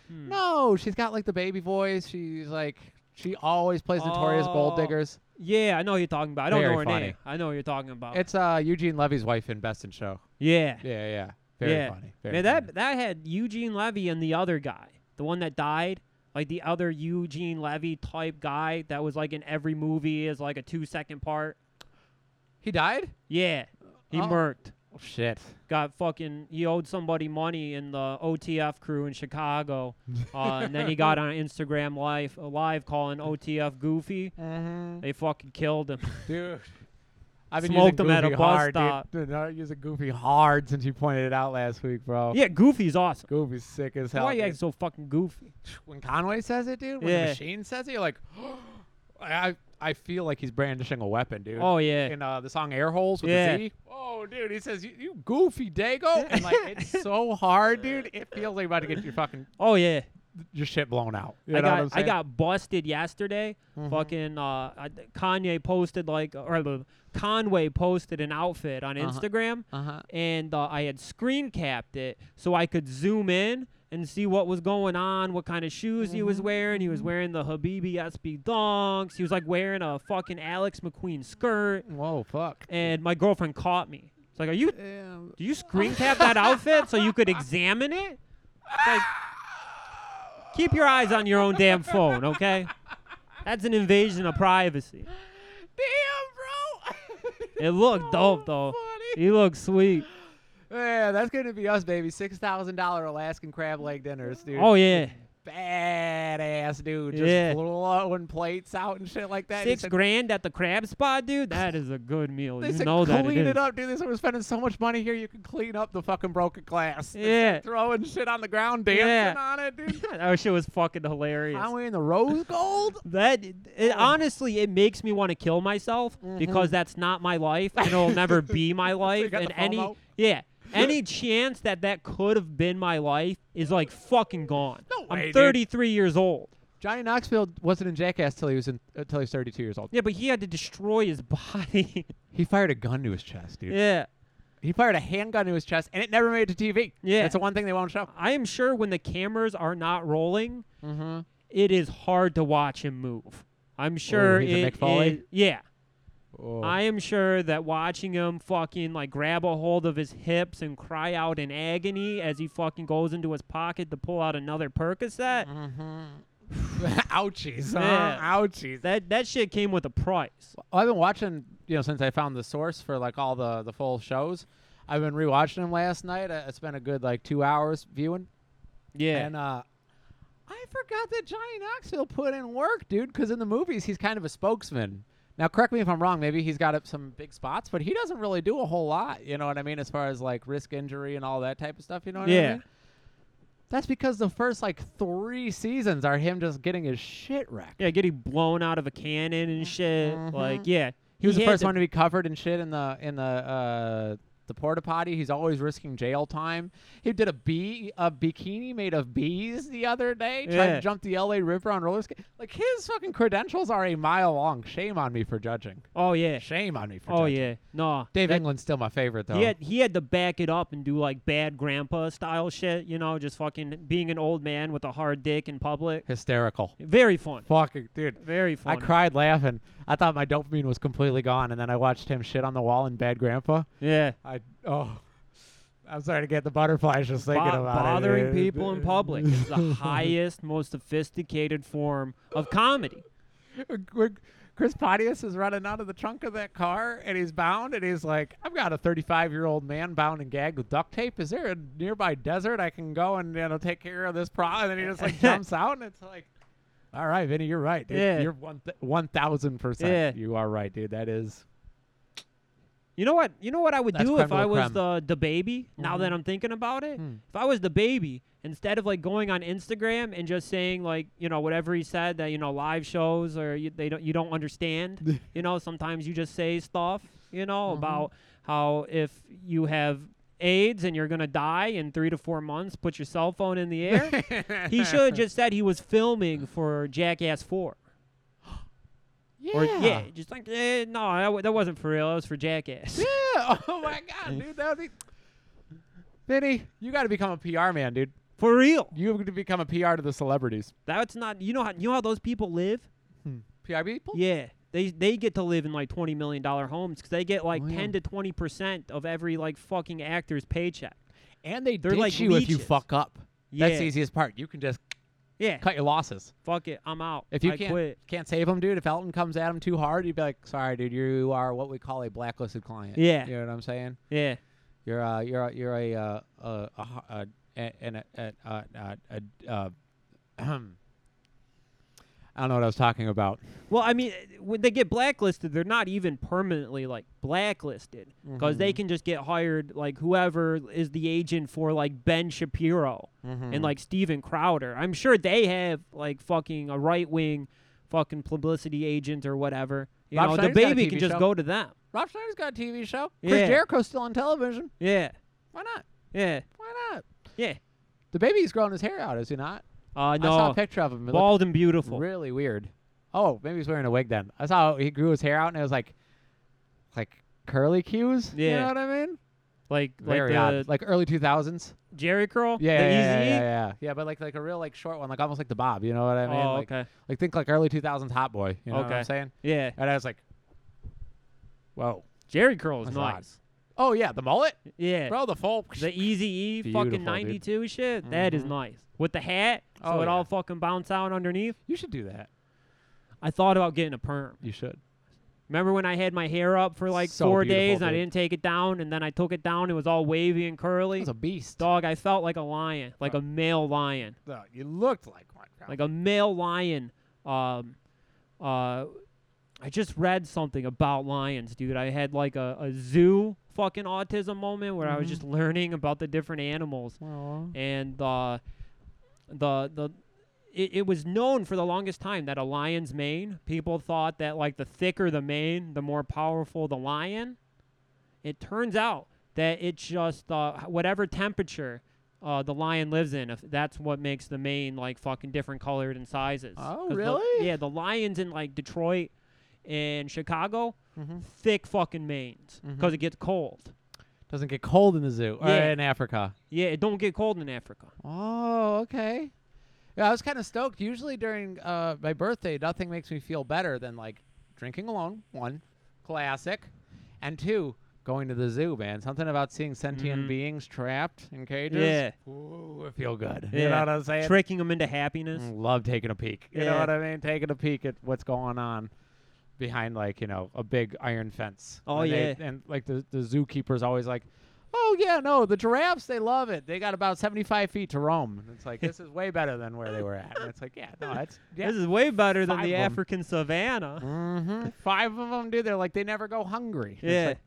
Hmm.
No, she's got like the baby voice. She's like, she always plays notorious gold
Oh.
diggers.
Yeah, I know who you're talking about. I don't
Very
know her
funny.
name. I know who you're talking about.
It's uh, Eugene Levy's wife in Best in Show.
yeah,
Yeah, yeah. Very
yeah.
funny. Very
Man,
funny.
that that had Eugene Levy and the other guy, the one that died, like the other Eugene Levy type guy that was like in every movie is like a two second part.
He died?
Yeah, he
Oh.
murked.
Oh, shit.
got fucking he owed somebody money in the OTF crew in Chicago, uh, and then he got on Instagram live live calling OTF goofy.
Mm-hmm.
They fucking killed him.
dude. I've been
Smoked
using
them at a
Goofy
bus
hard, dude.
stop.
Dude, I've been using Goofy hard since you pointed it out last week, bro.
yeah, Goofy's awesome.
Goofy's sick as hell.
Why you
dude.
acting so fucking goofy?
when Conway says it, dude, when
Yeah.
the machine says it, you're like, I, I- I feel like he's brandishing a weapon, dude.
Oh yeah,
In uh, the song Air Holes with
Yeah.
the Z. Oh, dude, he says, you, you goofy dago. And like, it's so hard, dude. It feels like you're about to get your fucking,
oh yeah.
your shit blown out. You
I
know what I'm
got I
saying? Mm-hmm.
got busted yesterday. Fucking uh, I- Kanye posted like or uh, Conway posted an outfit on
Uh-huh.
Instagram,
Uh-huh.
and uh, I had screen capped it so I could zoom in and see what was going on, what kind of shoes he
Mm-hmm.
was wearing. He was wearing the Habibi SB dunks. He was like wearing a fucking Alex McQueen skirt.
Whoa, fuck.
And my girlfriend caught me. It's like, are you?
Damn.
Do you screen cap that outfit so you could examine it? Like, keep your eyes on your own damn phone, okay? That's an invasion of privacy.
Damn, bro.
It looked dope though.
funny.
He looked sweet.
Yeah, that's gonna be us, baby. Six thousand dollar Alaskan crab leg dinners, dude.
Oh yeah,
badass dude, just
Yeah.
blowing plates out and shit like that. He
six
said-
grand at the crab spot, dude. That is a good meal.
They
you
said
know that
clean
it is.
it up, dude. They said we're spending so much money here, you can clean up the fucking broken glass. They said
Yeah.
throwing shit on the ground, dancing
Yeah.
on it, dude.
that shit was fucking hilarious.
I'm wearing the rose gold.
That
Oh.
it, honestly, it makes me want to kill myself
Mm-hmm.
because that's not my life and it'll never be my life.
got the
and any
FOMO?
yeah, any chance that that could have been my life is like fucking gone.
No way,
I'm
dude.
33 years old.
Johnny Knoxville wasn't in Jackass till he was in, uh, till he was 32 years old.
Yeah, but he had to destroy his body.
He fired a gun to his chest, dude.
yeah.
He fired a handgun to his chest, and it never made it to TV.
Yeah.
that's the one thing they won't show.
I am sure when the cameras are not rolling,
Mm-hmm.
it is hard to watch him move. I'm sure
Oh, he's a
it
Mick Foley?
is- yeah. I am sure that watching him fucking like grab a hold of his hips and cry out in agony as he fucking goes into his pocket to pull out another Percocet,
Mm-hmm. Ouchies, huh?
Yeah.
Ouchies.
that that shit came with a price.
Well, I've been watching, you know, since I found the source for like all the the full shows. I've been rewatching them last night. I I spent a good like two hours viewing,
Yeah.
and uh, I forgot that Johnny Knoxville put in work, dude. Because in the movies, he's kind of a spokesman. Now, correct me if I'm wrong. Maybe he's got up some big spots, but he doesn't really do a whole lot. You know what I mean? As far as like risk injury and all that type of stuff. You know what I
Yeah.
mean? That's because the first like three seasons are him just getting his shit wrecked.
yeah, getting blown out of a cannon and shit. Like, yeah.
Mm-hmm. He was the
had
first one to be covered in shit in the in the uh, the porta potty. He's always risking jail time. He did a bee a bikini made of bees the other day, trying
Yeah.
to jump the L.A. River on roller skate. Like his fucking credentials are a mile long. Shame on me for judging.
Oh yeah.
Shame on me for.
Oh
judging.
yeah. No.
Dave
that-
England's still my favorite though.
He had he had to back it up and do like bad grandpa style shit, you know, just fucking being an old man with a hard dick in public.
Hysterical.
Very fun.
Fucking dude.
Very
I
fun.
cried laughing. I thought my dopamine was completely gone, and then I watched him shit on the wall in Bad Grandpa.
Yeah.
I oh, I'm starting to get the butterflies just thinking
Bo-
about
bothering
it.
people in public is the highest, most sophisticated form of comedy.
when Chris Pontius is running out of the trunk of that car and he's bound and he's like, I've got a 35 year old man bound and gagged with duct tape. Is there a nearby desert I can go and you know take care of this problem? And then he just like jumps out and it's like, all right, Vinny, you're right, dude.
Yeah.
You're one th- one thousand
Yeah.
percent. You are right, dude. That is
You know what? You know what I would
That's
do
creme
if
de la
I was
creme.
the the baby. Now that I'm thinking about it, if I was the baby, instead of like going on Instagram and just saying like you know whatever he said that you know live shows or you, they don't you don't understand. you know sometimes you just say stuff you know about how if you have AIDS and you're gonna die in three to four months, put your cell phone in the air. he should have just said he was filming for Jackass Four.
yeah.
Or yeah, just like eh, no, that, wa- that wasn't for real. That was for Jackass.
Yeah. Oh my god, dude, that would be. Vinny, you got to become a PR man, dude.
for real.
You have to become a PR to the celebrities.
That's not you know how you know how those people live.
PR people?
Yeah, they they get to live in like twenty million dollar homes because they get like
Oh,
ten
yeah.
to twenty percent of every like fucking actor's paycheck.
And they
They're
ditch
like
you if you
leeches.
fuck up. That's
Yeah.
the easiest part. You can just
Yeah,
cut your losses.
fuck it, I'm out.
If you
I
can't
quit.
can't save them, dude, if Elton comes at him too hard, you'd be like, "Sorry, dude, you are what we call a blacklisted client."
Yeah.
you know what I'm saying.
Yeah,
You're uh, you're a- you're a uh, uh, a ho- a a- an- a- a- a- a- uh, ahem. I don't know what I was talking about.
Well, I mean, eh, when they get blacklisted, they're not even permanently like blacklisted because they
Mm-hmm.
can just get hired like whoever is the agent for like Ben Shapiro
Mm-hmm. Hmm.
and like Steven Crowder. I'm sure they have like fucking a right wing fucking publicity agent or whatever. You
Rob
know, the
Schneider's got a
baby
TV
can just
show.
go to them.
Rob Schneider's got a TV show.
Yeah.
Chris Jericho's still on television.
Yeah,
Why not?
yeah,
Why not?
yeah.
The baby's growing his hair out, is he not?
Uh,
I saw a
no,
picture of him. It looked
bald and beautiful.
Really weird. Oh, maybe he's wearing a wig then. I saw he grew his hair out and it was like, like curly cues. You
Yeah.
know what I mean?
Like,
Very
like the
odd. Like early two thousands.
Jerry curl.
Yeah,
the E?
yeah, yeah,
Eazy-E?
yeah, yeah. Yeah, but like like a real like short one, like almost like the bob. You know what I mean?
Oh,
like,
okay.
Like think like early two thousands hot boy. You know what
Okay.
I'm saying?
Yeah,
And I was like, whoa.
Jerry curl is
That's
nice.
odd. Oh yeah, the mullet,
Yeah.
bro. The full.
The Easy E
Beautiful,
fucking
dude. Mm-hmm.
92 shit. that is nice. With the hat, so
Oh,
it
yeah.
all fucking bounce out underneath.
you should do that.
I thought about getting a perm.
You should.
Remember when I had my hair up for like
So
four
beautiful,
days and I
dude.
didn't take it down, and then I took it down. It was all wavy and curly.
He's a beast.
Dog, I felt like a lion, like a male lion,
No, you looked like one. bro.
like a male lion. Um, uh, I just read something about lions, dude. I had like a, a zoo fucking autism moment where I
Mm-hmm.
was just learning about the different animals, and uh, the the. It, it was known for the longest time that a lion's mane. People thought that like the thicker the mane, the more powerful the lion. It turns out that it's just uh, h- whatever temperature uh, the lion lives in. If that's what makes the mane like fucking different colored and sizes.
Oh,
'Cause the-
really?
yeah, the lions in like Detroit and Chicago,
Mhm.
thick fucking manes
Mm-hmm.
because it gets cold.
Doesn't get cold in the zoo or
Yeah.
in Africa.
Yeah, it don't get cold in Africa.
Oh, okay. Yeah, I was kind of stoked. Usually during uh, my birthday, nothing makes me feel better than like drinking alone. One, classic, and two, going to the zoo. Man, something about seeing sentient
Mhm.
beings trapped in cages.
Yeah.
Ooh, I feel good. You
Yeah.
know what I'm saying?
Tricking them into happiness.
Mm, Love taking a peek. You know
Yeah.
what I mean? Taking a peek at what's going on behind, like, you know, a big iron fence.
Oh,
and they- and, like, the, the zookeeper's always like, oh, yeah, no, the giraffes, they love it. They got about 75 feet to roam. And it's like, this is way better than where they were at. And it's like, yeah, no, that's. Yeah.
This is way better than
Five
the
of 'em.
African savannah.
hmm Five of them, dude. They're like, they never go hungry. And
Yeah.
It's like,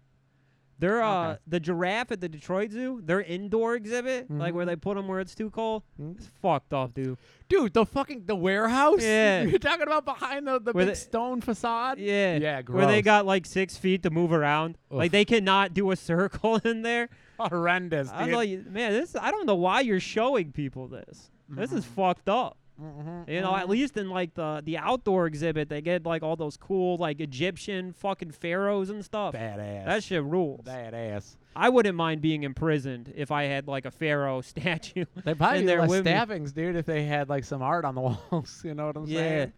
They're uh
Okay.
the giraffe at the Detroit Zoo. Their indoor exhibit, like
Mm-hmm.
where they put them where it's too cold,
Mhm.
it's fucked off, dude.
dude, the fucking the warehouse?
Yeah.
You're talking about behind the, the
Where
big
they-
stone facade?
Yeah,
Yeah,
Where they
gross.
got like six feet to move around,
Oof.
like they cannot do a circle in there.
Horrendous,
I
dude.
was like, man, this I don't know why you're showing people this. This is fucked up.
Mhm.
You know, at least in like the the outdoor exhibit, they get like all those cool like Egyptian fucking pharaohs and stuff.
Badass.
That shit rules.
Badass.
I wouldn't mind being imprisoned if I had like a pharaoh statue.
They probably
in
did
there
less
with me.
stabbings, dude, if they had like some art on the walls. You know what I'm
Yeah.
saying?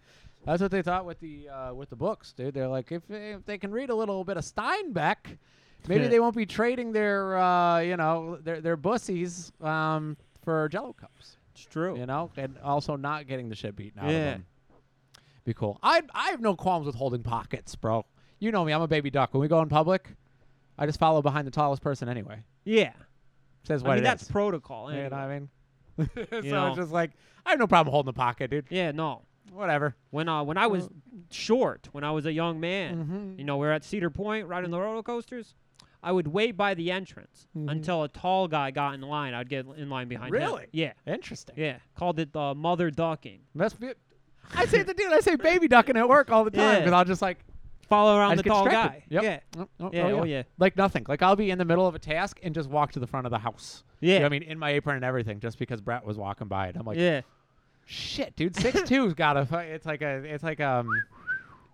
That's what they thought with the uh, with the books, dude. They're like, if, if they can read a little bit of Steinbeck, maybe they won't be trading their uh, you know their their bussies um, for Jello cups,
It's true.
you know, and also not getting the shit beaten out of
Yeah.
them. Be cool. I I have no qualms with holding pockets, bro. You know me, I'm a baby duck. When we go in public, I just follow behind the tallest person anyway.
Yeah.
Says what
I
it
mean, that's
is.
protocol.
You know what
anyway.
I mean? so
You know?
it's just like I have no problem holding the pocket, dude.
Yeah, no.
Whatever.
When uh, when I was short, when I was a young man,
Mhm.
you know, we are at Cedar Point riding the roller coasters. I would wait by the entrance until a tall guy got in line. I'd get in line behind him.
Really?
Yeah,
Interesting.
yeah. Called it uh, mother ducking.
Must be. I say the dude. I say baby ducking at work all the time
Yeah.
because I'll just like
Follow
I
around
just
the
get
tall
distracted.
guy.
Yep.
Yeah,
Oh, oh,
Yeah,
oh,
oh,
yeah.
yeah.
Like nothing. Like I'll be in the middle of a task and just walk to the front of the house. You know
Yeah.
what I mean, in my apron and everything, just because Brett was walking by it. I'm like,
yeah.
shit, dude. Six two's got a. fu- It's like a. It's like um.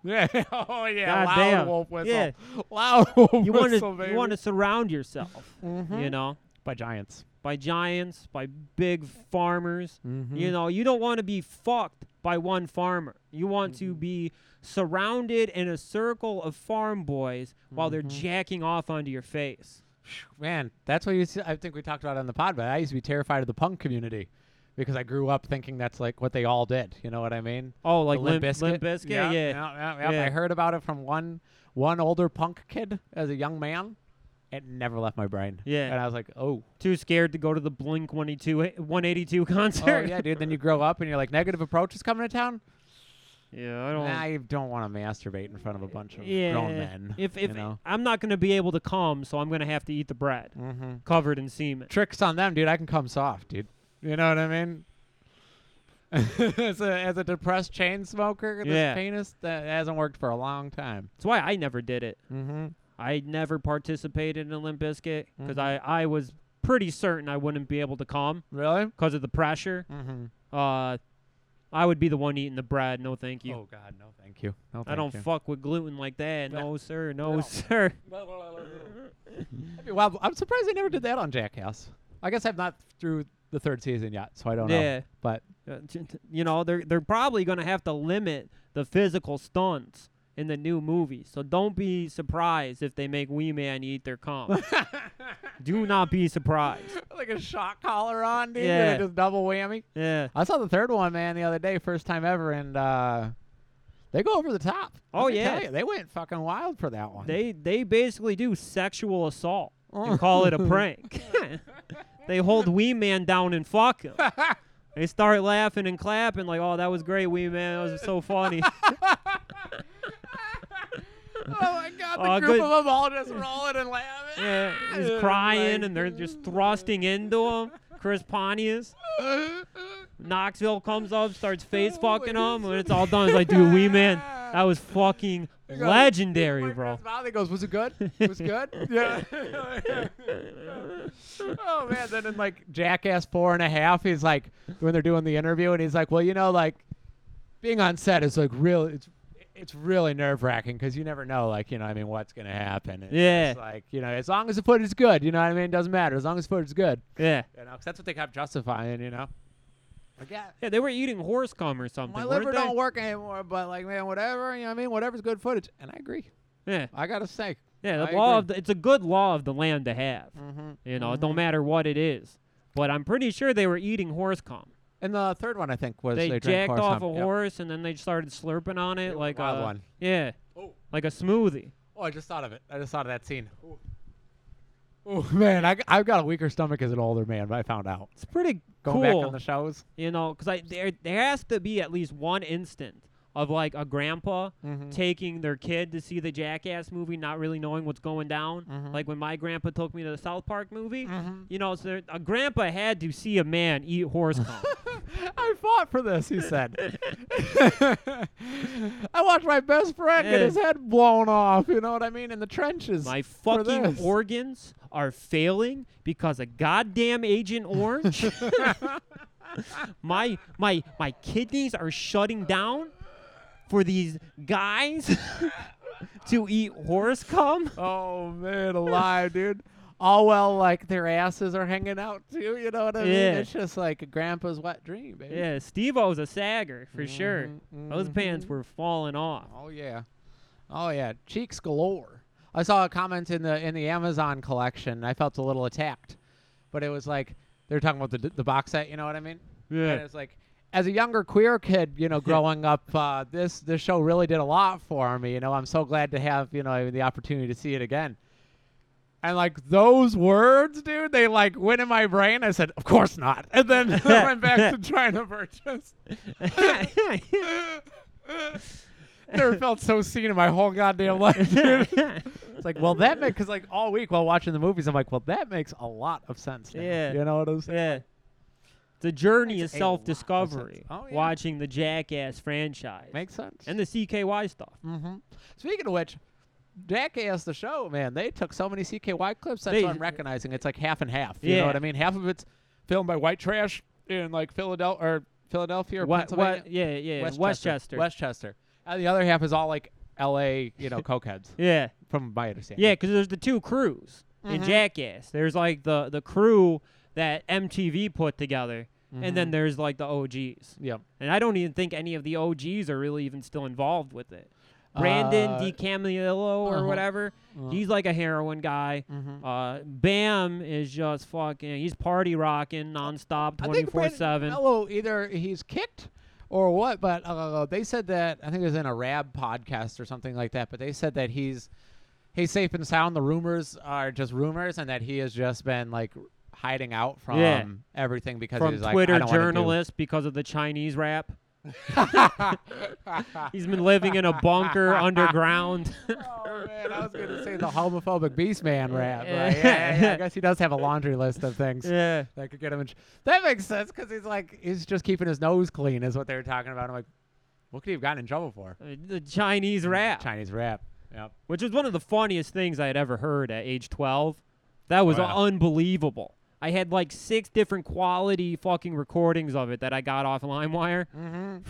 Yeah. Oh yeah.
God
loud
damn.
wolf whistle.
Yeah.
Loud wolf
You want
whistle.
to you want to surround yourself,
Mm-hmm.
you know,
by giants.
by giants, by big farmers.
Mm-hmm.
You know, you don't want to be fucked by one farmer. You want to be surrounded in a circle of farm boys while they're
Mm-hmm.
jacking off onto your face.
Man, that's what you. See, I think we talked about it on the pod, but I used to be terrified of the punk community because I grew up thinking that's like what they all did. You know what I mean?
Oh, like
The
Limp, Limp Bizkit?
Yeah,
Yeah,
yeah, yeah, yeah. I
Yeah.
heard about it from one one older punk kid as a young man. It never left my brain.
Yeah.
and I was like, oh,
Too scared to go to the Blink 182, 182 concert.
oh yeah, dude. Then you grow up and you're like, negative approach is coming to town.
Yeah, I don't.
I don't want to masturbate in front of a bunch of
yeah.
grown men.
If if
you know?
I'm not gonna be able to come, so I'm gonna have to eat the bread
mm-hmm.
covered in semen.
tricks on them, dude. I can come soft, dude. You know what I mean? as a as a depressed chain smoker, this
Yeah.
penis that hasn't worked for a long time.
That's why I never did it.
Mm-hmm.
I never participated in Limp Bizkit because I I was pretty certain I wouldn't be able to come
Really?
because of the pressure.
Mm-hmm.
Uh, I would be the one eating the bread. No, thank you.
Oh God, no, thank you. No,
I don't fuck with gluten like that.
Yeah.
No, sir.
I
No,
don't.
sir.
well, I'm surprised they never did that on Jackass. I guess I'm not through the third season yet, so I don't know.
Yeah.
But
Uh, t- t- You know, they're they're probably gonna have to limit the physical stunts in the new movie. So don't be surprised if they make Wee Man eat their cum. Do not be surprised.
like a shock collar on, dude.
Yeah.
Yeah. Just double whammy.
Yeah.
I saw the third one, man, the other day, first time ever, and uh, they go over the top.
Oh,
Let me tell
yeah.
you, they went fucking wild for that one.
They they basically do sexual assault and call it a prank. they hold Wee Man down and fuck him. They start laughing and clapping like, "Oh, that was great, Wee Man. That was so funny."
oh my god, the
Aw,
group
good-
of them all just rolling and laughing.
yeah,
Oh
he's crying and they're just thrusting into him. Chris Pontius. Knoxville comes up, starts face fucking him, and it's all done. It's like, dude, Wee Man, that was fucking legendary, bro.
He goes, "Was it good? Was it good?" yeah. oh man! Then in like Jackass four and a half, he's like when they're doing the interview, and he's like, "Well, you know, like being on set is like real. It's it's really nerve wracking because you never know, like you know, what I mean, what's gonna happen. It's
Yeah.
like you know, as long as the footage is good, you know what I mean. It doesn't matter as long as the footage is good.
Yeah.
You know, 'cause that's what they kept justifying. You know. Like, yeah,
Yeah, they were eating horse cum or something.
my
weren't
liver
they?
don't work anymore, but like, man, whatever. You know what I mean? Whatever's good footage, and I agree.
Yeah.
I gotta say.
Yeah, the
I
law
agree.
of the, it's a good law of the land to have.
Mm-hmm.
You know, it don't matter what it is. But I'm pretty sure they were eating horse cum.
And the third one, I think, was
They,
they, drank
jacked
horse
off
hump.
a
Yep.
horse and then they started slurping on it
were
like
wild
a
one.
yeah,
Oh.
like a smoothie.
Oh, I just thought of it. I just thought of that scene. Oh man, I, have got a weaker stomach as an older man, but I found out
It's pretty
going back
cool,
on the shows.
you know, because I there there has to be at least one instant of like a grandpa
Mhm.
taking their kid to see the Jackass movie, not really knowing what's going down.
Mhm.
Like when my grandpa took me to the South Park movie,
Mhm.
you know, so there, a grandpa had to see a man eat horse cum.
I fought for this, he said. I watched my best friend get
Yeah.
his head blown off. You know what I mean? In the trenches.
My
for
fucking
this.
organs are failing because of goddamn Agent Orange. my my my kidneys are shutting down for these guys to eat horse cum.
Oh man, alive, dude. All well, like their asses are hanging out too. You know what I mean?
Yeah.
It's just like a grandpa's wet dream, baby.
Yeah, Steve O's a sagger for sure.
Mhm,
Those pants were falling off.
Oh yeah, oh yeah, cheeks galore. I saw a comment in the in the Amazon collection. and I felt a little attacked, but it was like they were talking about the the box set. You know what I mean? And
Yeah.
it's like, as a younger queer kid, you know, growing up, uh, this this show really did a lot for me. You know, I'm so glad to have you know the opportunity to see it again. And like those words, dude, they like went in my brain. I said, "Of course not," and then I went back to trying to purchase. Never felt so seen in my whole goddamn life, dude. It's like, well, that makes because like all week while watching the movies, I'm like, well, that makes a lot of sense. now.
Yeah.
you know what I'm saying.
yeah. The journey
Makes
is
a lot of
self discovery.
sense. Oh, yeah.
Watching the Jackass franchise.
Makes sense.
and the CKY stuff.
Mm-hmm. Speaking of which, Jackass the show, man, they took so many CKY clips. That's
They-
what I'm recognizing. It's like half and half. You
Yeah.
know what I mean? Half of it's filmed by white trash in like Philadelphia or Philadelphia or
Wha-
Pennsylvania.
wha- yeah, yeah, Westchester.
Westchester. And the other half is all like L.A. You know, cokeheads,
Yeah,
from my understanding.
yeah, because there's the two crews in
Mhm.
Jackass. There's like the the crew that MTV put together, and
Mm-hmm.
then there's like the OGs.
Yeah.
And I don't even think any of the OGs are really even still involved with it. Brandon
Uh,
DiCamillo or
uh-huh.
whatever, he's like a heroin guy.
Mhm.
Uh, Bam is just fucking. He's party rocking nonstop,
I
twenty
think
four
Brandon
seven.
Mello either he's kicked or what, but uh, they said that I think it was in a Rab podcast or something like that. But they said that he's he's safe and sound. The rumors are just rumors, and that he has just been like hiding out from
Yeah.
everything because
From
he's
Twitter
like, I don't wanna do-"
journalist because of the Chinese rap. He's been living in a bunker underground.
Oh, man, I was going to say the homophobic beast man rap. but
Yeah.
yeah, yeah, yeah, I guess he does have a laundry list of things.
yeah.
That could get him in. tr- That makes sense because he's like he's just keeping his nose clean, is what they were talking about. I'm like, what could he have gotten in trouble for?
Uh, The Chinese rap,
Chinese rap. Yep.
which was one of the funniest things I had ever heard at age 12. That was
Wow.
unbelievable. I had like six different quality fucking recordings of it that I got off LimeWire.
Mm.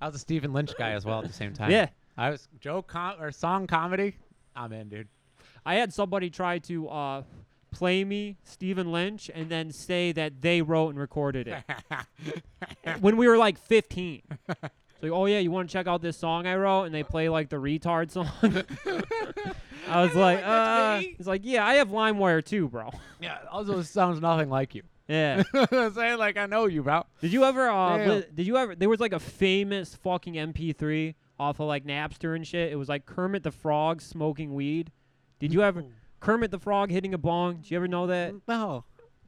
I was a Stephen Lynch guy as well at the same time.
Yeah.
I was Joe com- or song comedy. I'm in, dude.
I had somebody try to uh, play me Stephen Lynch and then say that they wrote and recorded it when we were like 15. It's like, oh yeah, you want to check out this song I wrote? And they play like the retard song. I was like, uh,
"That's me."
it's like, yeah, I have LimeWire too, bro.
Yeah. Also, sounds nothing like you.
Yeah.
I'm saying like I know you, bro.
Did you ever? Uh,
Damn.
li- did you ever? There was like a famous fucking MP3 off of like Napster and shit. It was like Kermit the Frog smoking weed. Did you ever? Kermit the Frog hitting a bong. Did you ever know
Mm-hmm.
that?
No.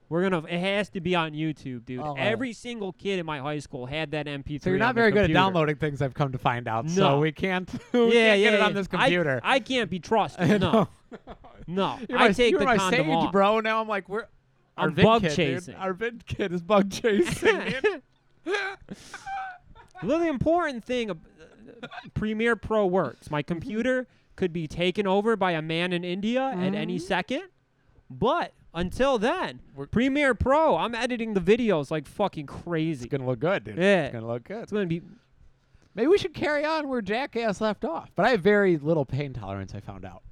We're gonna. It has to be on YouTube, dude.
Oh.
Every single kid in my high school had that MP3.
So you're
on
not
their
very good at
computer.
downloading things. I've come to find out.
No.
So we can't. we
yeah,
can't
yeah,
get it on
yeah.
this
I-
computer.
I, can't be trusted. No,
No.
no.
You're
I
my,
take
you're
the
my
condom
sage,
off.
bro. Now I'm like, we're our
I'm
vid
bug
kid, dude.
chasing.
Our vid kid is bug chasing. dude.
Well, the important thing, ab- uh, Premiere Pro works.
Mm-hmm.
My computer could be taken over by a man in India at any second, but until then,
Mm-hmm. We're-
Premiere Pro, I'm editing the videos like fucking crazy.
it's gonna look good, dude.
Yeah.
It's gonna look good.
It's gonna be
Maybe we should carry on where Jackass left off. But I have very little pain tolerance. I found out.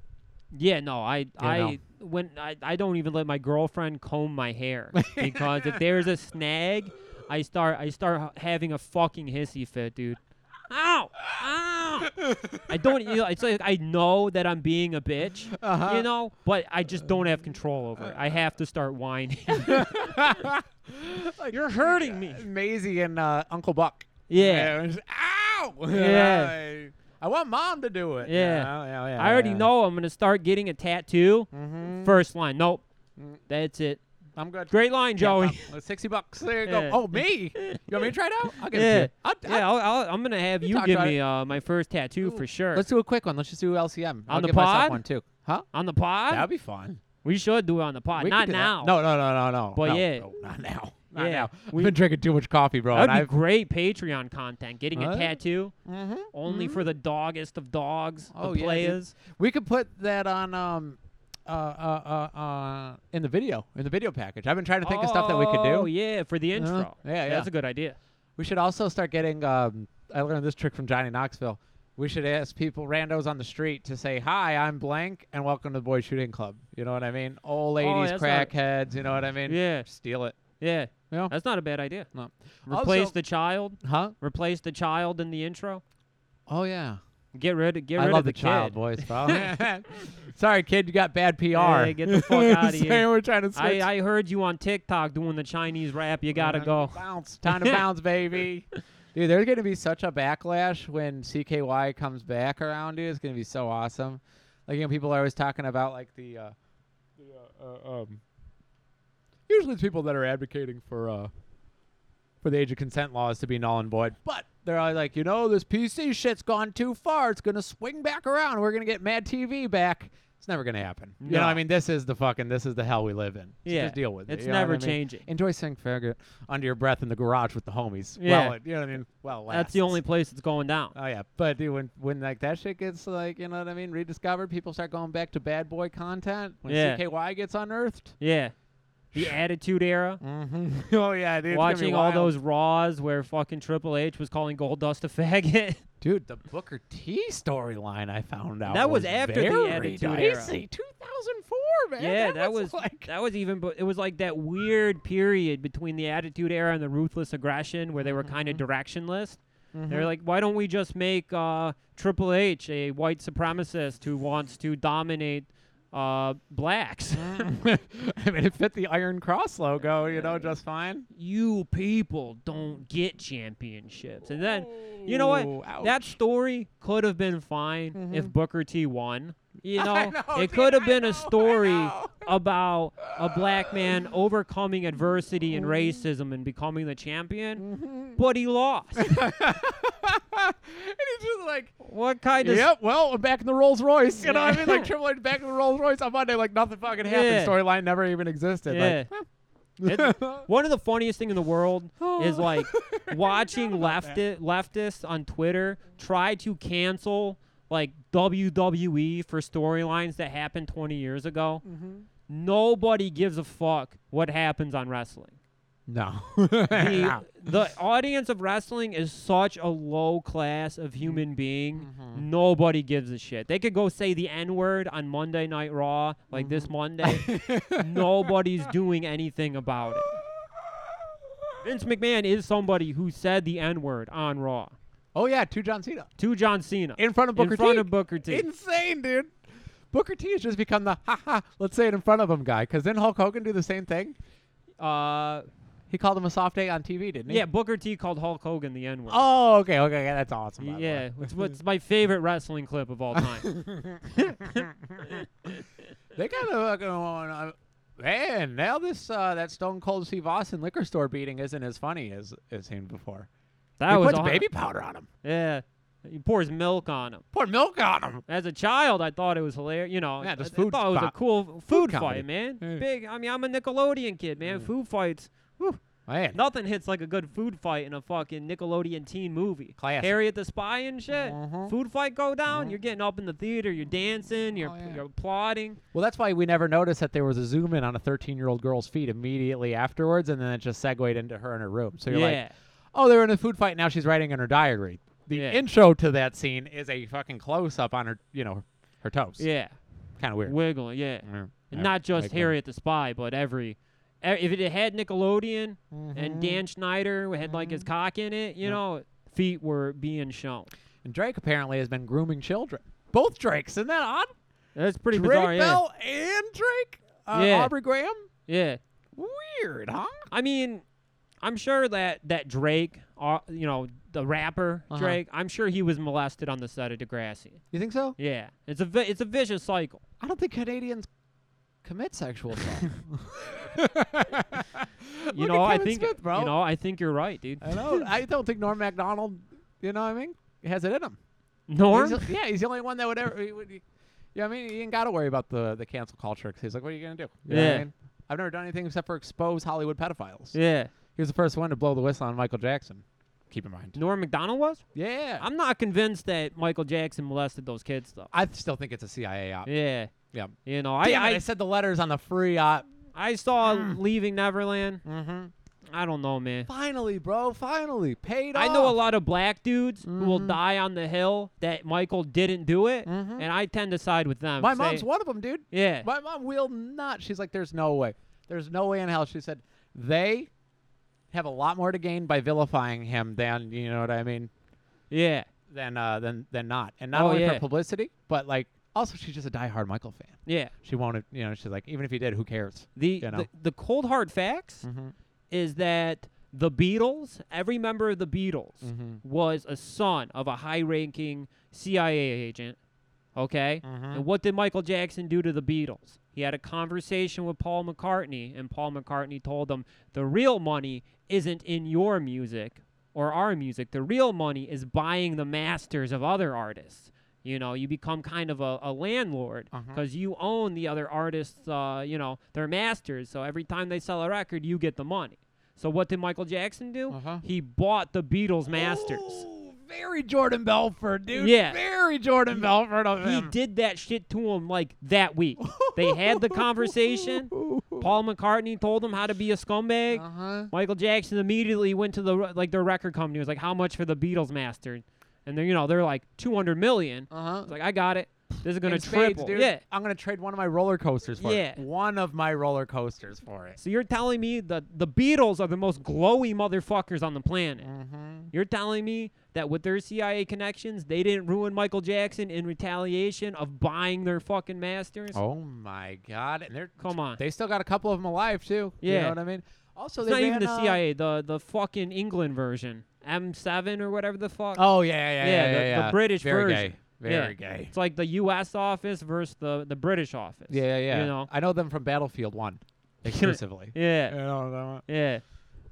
Yeah, no, I I
no.
when I, I don't even let my girlfriend comb my hair because if there's a snag, I start I start h- having a fucking hissy fit, dude. Ow! Ow! I don't you know, it's like I know that I'm being a bitch, you
Uh-huh.
know, but I just don't have control over it. I have to start whining.
Like,
You're hurting me.
Maisie and uh, Uncle Buck.
Yeah.
And it's, Ow! You know,
Yeah.
I, I want mom to do it.
Yeah.
You know, yeah, yeah,
I already
yeah.
know I'm going to start getting a tattoo.
Mhm.
First line. Nope.
Mm.
That's it.
I'm good.
Great line, Joey.
Uh, Sixty bucks. There you
Yeah.
go. Oh, me? You want me to try it out? I'll give
Yeah.
it to you. I'll,
Yeah, I'll, I'll, I'm gonna have you
talked
give
about
me uh, my first tattoo
Ooh,
for sure.
Let's do a quick one. Let's just do LCM. I'll
the
give myself
pod?
one too. Huh?
on the pod,
That'd be fun.
we should do it on the pod.
We could
Not
do that.
now.
No, no, no, no, no.
But
no,
yeah.
no, not now. Not
Yeah.
now.
We-
We've been drinking too much coffee, bro.
that'd
and
be
I've,
great Patreon content. Getting a
Huh?
tattoo
Mhm.
only for the doggest of dogs,
Oh, yeah,
the
dude.
players.
We could put that on um uh, uh uh uh in the video in the video package. I've been trying to think of stuff that we could
Oh,
do. Uh-huh.
yeah, for the intro.
yeah,
that's
yeah.
a good idea.
We should also start getting. Um, I learned this trick from Johnny Knoxville. We should ask people, randos on the street, to say, "Hi, I'm blank, and welcome to the Boys Shooting Club." You know what I mean? Old ladies,
Oh, that's not-
crackheads. You know what I mean?
Yeah.
Steal it.
Yeah,
Yeah.
that's not a bad idea.
No.
Replace
Also-
the child.
Huh?
Replace the child in the intro.
Oh yeah.
Get rid of get
I
rid
love
of the,
child
kid.
voice, bro. Sorry, kid, you got bad PR.
Yeah, get the fuck outta
Sorry,
here.
We're trying to switch.
I, I heard you on TikTok doing the Chinese rap. You gotta
Uh,
go.
Bounce. Time to bounce, baby. Dude, there's going to be such a backlash when CKY comes back around, dude. It's going to be so awesome. Like, you know, people are always talking about, like, the. Uh, the uh, uh, um, usually it's people that are advocating for. Uh, for the age of consent laws to be null and void. But they're always like, you know, this PC shit's gone too far. It's going to swing back around. We're going to get Mad TV back. It's never going to happen. You know,
No.
what I mean, this is the fucking, this is the hell we live in. So
Yeah.
Just deal with it.
It's
you know what
never
I mean?
changing.
Enjoy saying faggot under your breath in the garage with the homies.
Yeah.
Well, you know what I mean? Well,
That's the
lasts.
only place it's going down.
Oh yeah, but dude, when when like that shit gets like you know what I mean, rediscovered, people start going back to bad boy content. When
Yeah.
CKY gets unearthed,
Yeah. The Attitude Era.
mm-hmm. oh yeah, dude, it's gonna be
Watching all
wild.
those Raws where fucking Triple H was calling Gold Dust a faggot.
dude, the Booker T storyline I found out
That was
was,
after the
very
Attitude Era.
dicey. 2004, man.
yeah, that, was,
like
that was even. bu- It was like that weird period between the Attitude Era and the Ruthless Aggression where they were kind of
Mm-hmm.
directionless. They're like, why don't we just make uh, Triple H a white supremacist who wants to dominate uh, blacks?
I mean, it fit the Iron Cross logo, you know, just fine.
you people don't get championships. And then, you know
Ooh,
what? That
ouch.
story could have been fine if Booker T won. You Mm-hmm. know,
know,
it
dude,
could have
I
been
know, I
a story
know.
about a black man overcoming adversity and racism and becoming the champion, but he lost.
and he's just like,
what kind of
yep, well, I'm back in the Rolls Royce. You know what I mean?
Yeah.
Like Triple H back in the Rolls Royce on Monday, like nothing fucking happened.
Yeah.
Storyline never even existed.
Yeah.
Like,
It's- one of the funniest thing in the world is like watching
about
lefti- leftists on Twitter try to cancel like WWE for storylines that happened 20 years ago. Nobody gives a fuck what happens on wrestling.
no.
The, the audience of wrestling is such a low class of human being. Nobody gives a shit. They could go say the N word on Monday Night Raw, like this Monday. Nobody's doing anything about it. Vince McMahon is somebody who said the N word on Raw.
Oh yeah, two John Cena
to John Cena
in front of Booker
in front
T.
of Booker T.
Insane, dude. Booker T has just become the ha ha. Let's say it in front of him guy. Because then Hulk Hogan do the same thing.
uh,
He called him a soft A on TV, didn't he?
yeah, Booker T called Hulk Hogan the N word.
Oh, okay, okay, yeah, that's awesome. by the way.
yeah, it's what's my favorite wrestling clip of all time.
They kind of going on. Man, now this uh, that Stone Cold Steve Austin liquor store beating isn't as funny as it seemed before.
That
he
was
puts
a-
baby powder on him.
Yeah, he pours milk on him.
Pour milk on him.
As a child, I thought it was hilarious. You know,
Yeah,
I-
just
I,
food
thought it was
fight.
a cool food,
comedy.
fight, man.
Yeah. Mm.
Big. I mean, I'm a Nickelodeon kid, man. Food fights. whew,
Man,
Nothing hits like a good food fight in a fucking Nickelodeon teen movie.
Classic.
Harriet the Spy and shit.
Mhm.
Food fight go down. You're getting up in the theater. You're dancing. You're
Oh, yeah.
you're applauding.
well, that's why we never noticed that there was a zoom in on a 13 year old girl's feet immediately afterwards, and then it just segued into her in her room. So you're
yeah.
like, oh, they were in a food fight. Now she's writing in her diary. The
Yeah.
intro to that scene is a fucking close up on her, you know, her toes.
yeah.
kind of weird.
Wiggling. Yeah.
Yeah.
And not just
Like, uh,
Harriet the Spy, but every. e- If it had Nickelodeon
Mhm.
and Dan Schneider had like
Mm-hmm.
his cock in it, you
Yeah.
know, feet were being shown.
And Drake apparently has been grooming children. Both Drakes, isn't that odd?
That's pretty
Drake
bizarre. yeah.
Bell and Drake, uh,
Yeah.
Aubrey Graham.
Yeah.
Weird, huh?
I mean, I'm sure that that Drake, uh, you know, the rapper
Uh-huh.
Drake, I'm sure he was molested on the set of Degrassi.
You think so?
Yeah, it's a vi- it's a vicious cycle.
I don't think Canadians commit sexual assault.
You
Look
know,
at
I
Kevin
think
Smith, bro.
you know, I think you're right, dude.
I don't. I don't think Norm Macdonald. You know what I mean? Has it in him.
Norm,
He's the- yeah, he's the only one that would ever. He would, he, yeah, I mean, he ain't got to worry about the the cancel culture 'cause he's like, what are you gonna do? You know what I
Yeah.
mean? I've never done anything except for expose Hollywood pedophiles.
yeah,
He was the first one to blow the whistle on Michael Jackson. Keep in mind.
Norm Macdonald was.
Yeah.
I'm not convinced that Michael Jackson molested those kids though.
I still think it's a CIA op.
Yeah,
Yeah.
you know,
Damn it, I,
I I,
said the letters on the free op.
I saw Leaving Neverland.
Mm-hmm.
I don't know, man.
Finally, bro. Finally, paid
I know a lot of black dudes who
Mm-hmm.
will die on the hill that Michael didn't do it,
Mhm.
and I tend to side with them.
My
say-
mom's one of them, dude.
Yeah.
My mom will not. She's like, there's no way. There's no way in hell. She said they have a lot more to gain by vilifying him than you know what I mean.
Yeah.
Than uh, than than not. And not
Oh,
only for
yeah.
publicity, but like also she's just a diehard Michael fan.
Yeah.
She won't. You know, she's like, even if he did, who cares?
The
know.
the, the cold hard facts
Mhm.
is that the Beatles, every member of the Beatles
Mhm.
was a son of a high-ranking CIA agent. Okay?
Mhm.
And what did Michael Jackson do to the Beatles? He had a conversation with Paul McCartney and Paul McCartney told him, "The real money isn't in your music or our music. The real money is buying the masters of other artists." You know, you become kind of a, a landlord
Uh-huh.
because you own the other artists, uh, you know, their masters. So every time they sell a record, you get the money. So what did Michael Jackson do?
Uh-huh.
He bought the Beatles masters.
Ooh, very Jordan Belfort, dude.
Yeah.
Very Jordan Belfort of
He
him.
did that shit to him like that week. they had the conversation. Paul McCartney told him how to be a scumbag.
Uh-huh.
Michael Jackson immediately went to the re- like their record company was like, "How much for the Beatles mastered?" And they're you know they're like 200 million.
Uh-huh.
It's like I got it. This is gonna
In spades,
triple.
dude.
Yeah.
I'm gonna trade one of my roller coasters for it.
Yeah.
One of my roller coasters for it.
So you're telling me that the Beatles are the most glowy motherfuckers on the planet?
Mm-hmm.
You're telling me that with their CIA connections, they didn't ruin Michael Jackson in retaliation of buying their fucking masters?
Oh my god. And they're
Come on.
they still got a couple of them alive too. You know
Yeah.
what I mean? Also
It's
they
not even
ran,
the
uh,
CIA, the the fucking England version, M7 or whatever the fuck.
Oh yeah, yeah, yeah.
Yeah,
yeah,
the- the
yeah.
British
Very
version.
Gay. Very gay.
It's like the U.S. office versus the the British office.
Yeah, yeah, yeah.
You know.
I know them from Battlefield One exclusively.
Yeah.
know that one.
Yeah.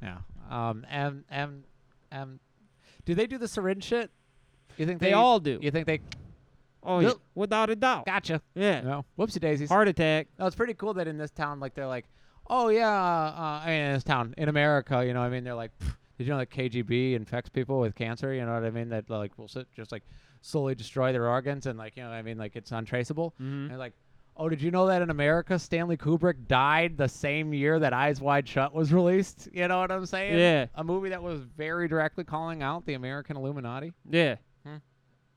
Yeah. Um. M. M. M. Do they do the syringe shit? You think
They
they,
all do.
You think they
Oh yeah.
Nope.
Without a doubt.
gotcha?
Yeah.
No. Whoopsie daisies.
Heart attack.
No, it's pretty cool that in this town, like they're like, oh yeah, uh, I mean in this town in America, you know, what I mean they're like, "Pfft, did you know that KGB infects people with cancer? You know what I mean? That like will sit- just like slowly destroy their organs and like you know what I mean like it's untraceable. And like, oh, did you know that in America Stanley Kubrick died the same year that Eyes Wide Shut was released? You know what I'm saying?
Yeah.
A movie that was very directly calling out the American Illuminati.
Yeah.
Hmm.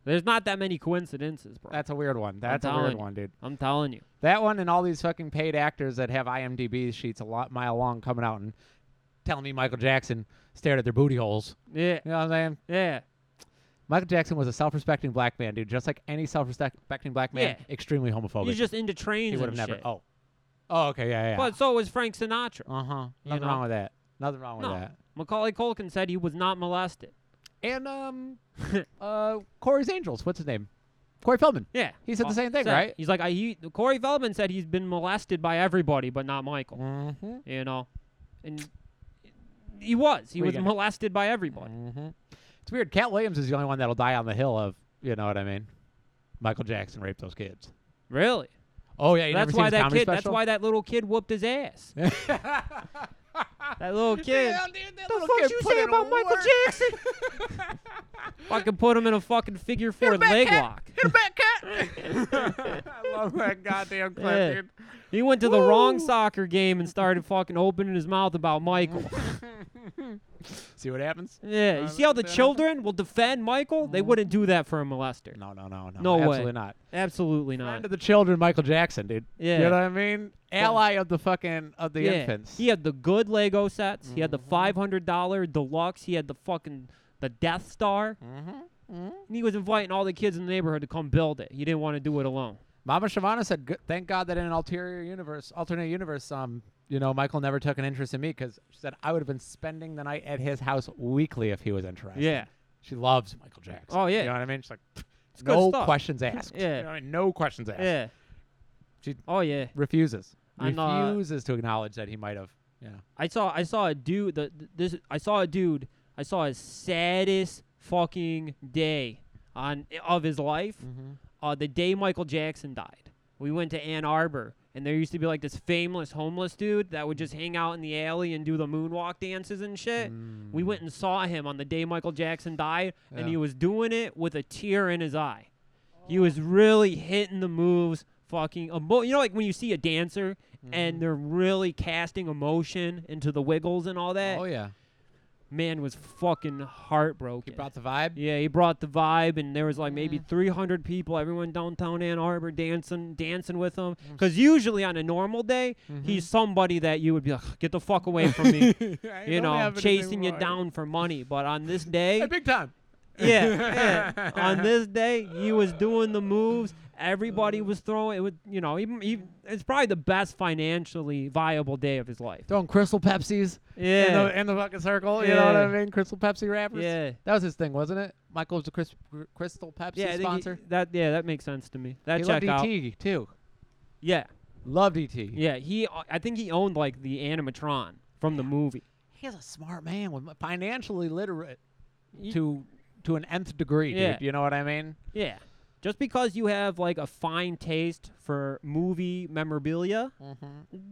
There's not that many coincidences, bro.
That's a weird one. That's a
telling
weird
you.
one, dude.
I'm telling you.
That one and all these fucking paid actors that have IMDb sheets a lot mile long coming out and telling me Michael Jackson stared at their booty holes.
Yeah.
You know what I'm saying?
Yeah.
Michael Jackson was a self-respecting black man, dude. Just like any self-respecting black man,
Yeah.
extremely homophobic.
He's just into trains.
Oh, he would
and
have never.
shit.
Oh, oh, okay, yeah, yeah.
But so was Frank Sinatra.
uh huh.
you
Nothing
know.
wrong with that. Nothing wrong with
No.
that.
Macaulay Culkin said he was not molested.
And um, uh, Corey's Angels. What's his name? Corey Feldman.
Yeah,
He said the same thing, right?
He's like, I he Corey Feldman said he's been molested by everybody, but not Michael.
Mm-hmm.
You know, and he was. He
What you
was
gonna-
molested by everybody.
Mm-hmm. It's weird. Cat Williams is the only one that'll die on the hill of you know what I mean. Michael Jackson raped those kids.
Really?
Oh yeah, you
that's
never
why
seen his
that
comedy
kid. That's
Special?
why that little kid whooped his ass. that little kid.
Damn, dude, that
the
little
fuck
kid
you
put
say
in
about Michael
work.
Jackson? fucking put him in a fucking figure four
back,
leg
cat.
lock.
Hit him back, cat. I love that goddamn clip,
Yeah.
dude.
He went to the wrong
Woo.
soccer game and started fucking opening his mouth about Michael.
See what happens?
yeah, you
Uh,
see how the
that-
children will defend Michael?
Mm-hmm.
They wouldn't do that for a molester.
No, no, no, no.
No way.
absolutely not.
Absolutely
Friend
not.
of the children, Michael Jackson, dude.
Yeah.
You know what I mean? Ally of the fucking of the
yeah.
infants. Mm-hmm.
He had the good Lego sets. He had the five hundred dollar deluxe. He had the fucking the Death Star.
Mm-hmm.
And he was inviting all the kids in the neighborhood to come build it. He didn't want to do it alone.
Mama Shavana said, "Good- "Thank God that in an ulterior universe, alternate universe, um, you know, Michael never took an interest in me because she said I would have been spending the night at his house weekly if he was interested."
Yeah.
She loves Michael Jackson.
Oh, yeah.
You know what I mean? She's like,
It's good
no
stuff.
questions asked.
Yeah.
You know what I mean? No questions asked.
Yeah.
She-
oh yeah.
Refuses.
I'm, uh,
Refuses to acknowledge that he might have. Yeah.
I saw I saw a dude the th- this I saw a dude I saw his saddest fucking day on of his life.
Mm-hmm.
Uh, the day Michael Jackson died. We went to Ann Arbor and there used to be like this famous homeless dude that would just hang out in the alley and do the moonwalk dances and shit. We went and saw him on the day Michael Jackson died and
Mm. Yeah.
he was doing it with a tear in his eye. He was really hitting the moves, fucking emo- You know, like when you see a dancer
Mm.
and they're really casting emotion into the wiggles and all that.
Oh yeah.
Man was fucking
He
heartbroken.
brought the vibe.
yeah, he brought the vibe, and there was like maybe 300 people, everyone downtown Ann Arbor dancing, dancing with him.
Mm.
Because usually on a normal day,
Mm-hmm.
he's somebody that you would be like, get the fuck away from me,
I
you
don't
know,
have anything
chasing you
wrong.
down for money. But on this day,
Hey, big time.
yeah, yeah. On this day, he was doing the moves. Everybody
Uh.
was throwing. It was, you know, even, even it's probably the best financially viable day of his life.
Throwing crystal Pepsis in,
Yeah,
the, in the fucking circle. You know what I
Yeah.
mean? Crystal Pepsi wrappers.
yeah,
That was his thing, wasn't it? Michael's the crisp, gr- Crystal Pepsi
yeah. I think he-
sponsor.
that yeah, that makes sense to me. That
he
check
loved
out.
ET too.
Yeah,
Loved E ET. He
yeah. He, o- I think he owned like the animatron from the movie.
He's a smart man, with financially literate
Ye-
to to an nth degree,
Yeah.
dude. You know what I mean?
Yeah. Just because you have like a fine taste for movie memorabilia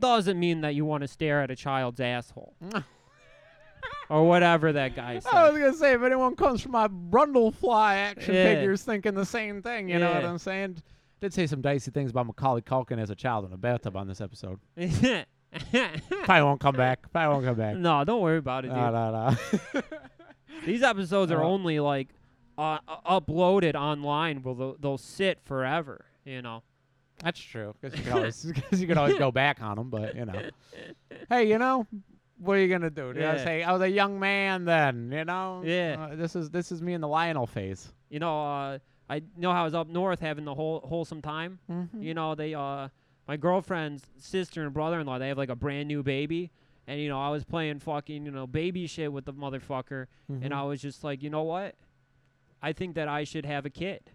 doesn't mean that you want to stare at a child's asshole. or whatever that guy said.
I was gonna say, if anyone comes from my Brundlefly action
Yeah.
figures thinking the same thing, you know what
Yeah.
I'm saying? Did say some dicey things about Macaulay Culkin as a child in a bathtub on this episode.
no,
Probably won't come back. Probably won't come back.
don't worry about it, dude.
No, no, no.
These episodes are
Uh,
only like uh, uh, uploaded online where they'll, they'll sit forever, you know.
That's true. Because you, can always- 'cause you can always go back on them, but you know. Hey, you know, what are you gonna do? You know,
Yeah.
say I was a young man then. You know.
Yeah.
Uh, this is this is me in the Lionel phase.
You know, uh, I know how I was up north having the whole wholesome time.
Mm-hmm.
You know, they uh, my girlfriend's sister and brother-in-law, they have like a brand new baby. And you know, I was playing fucking, you know, baby shit with the motherfucker
Mm-hmm.
and I was just like, you know what? I think that I should have a kid.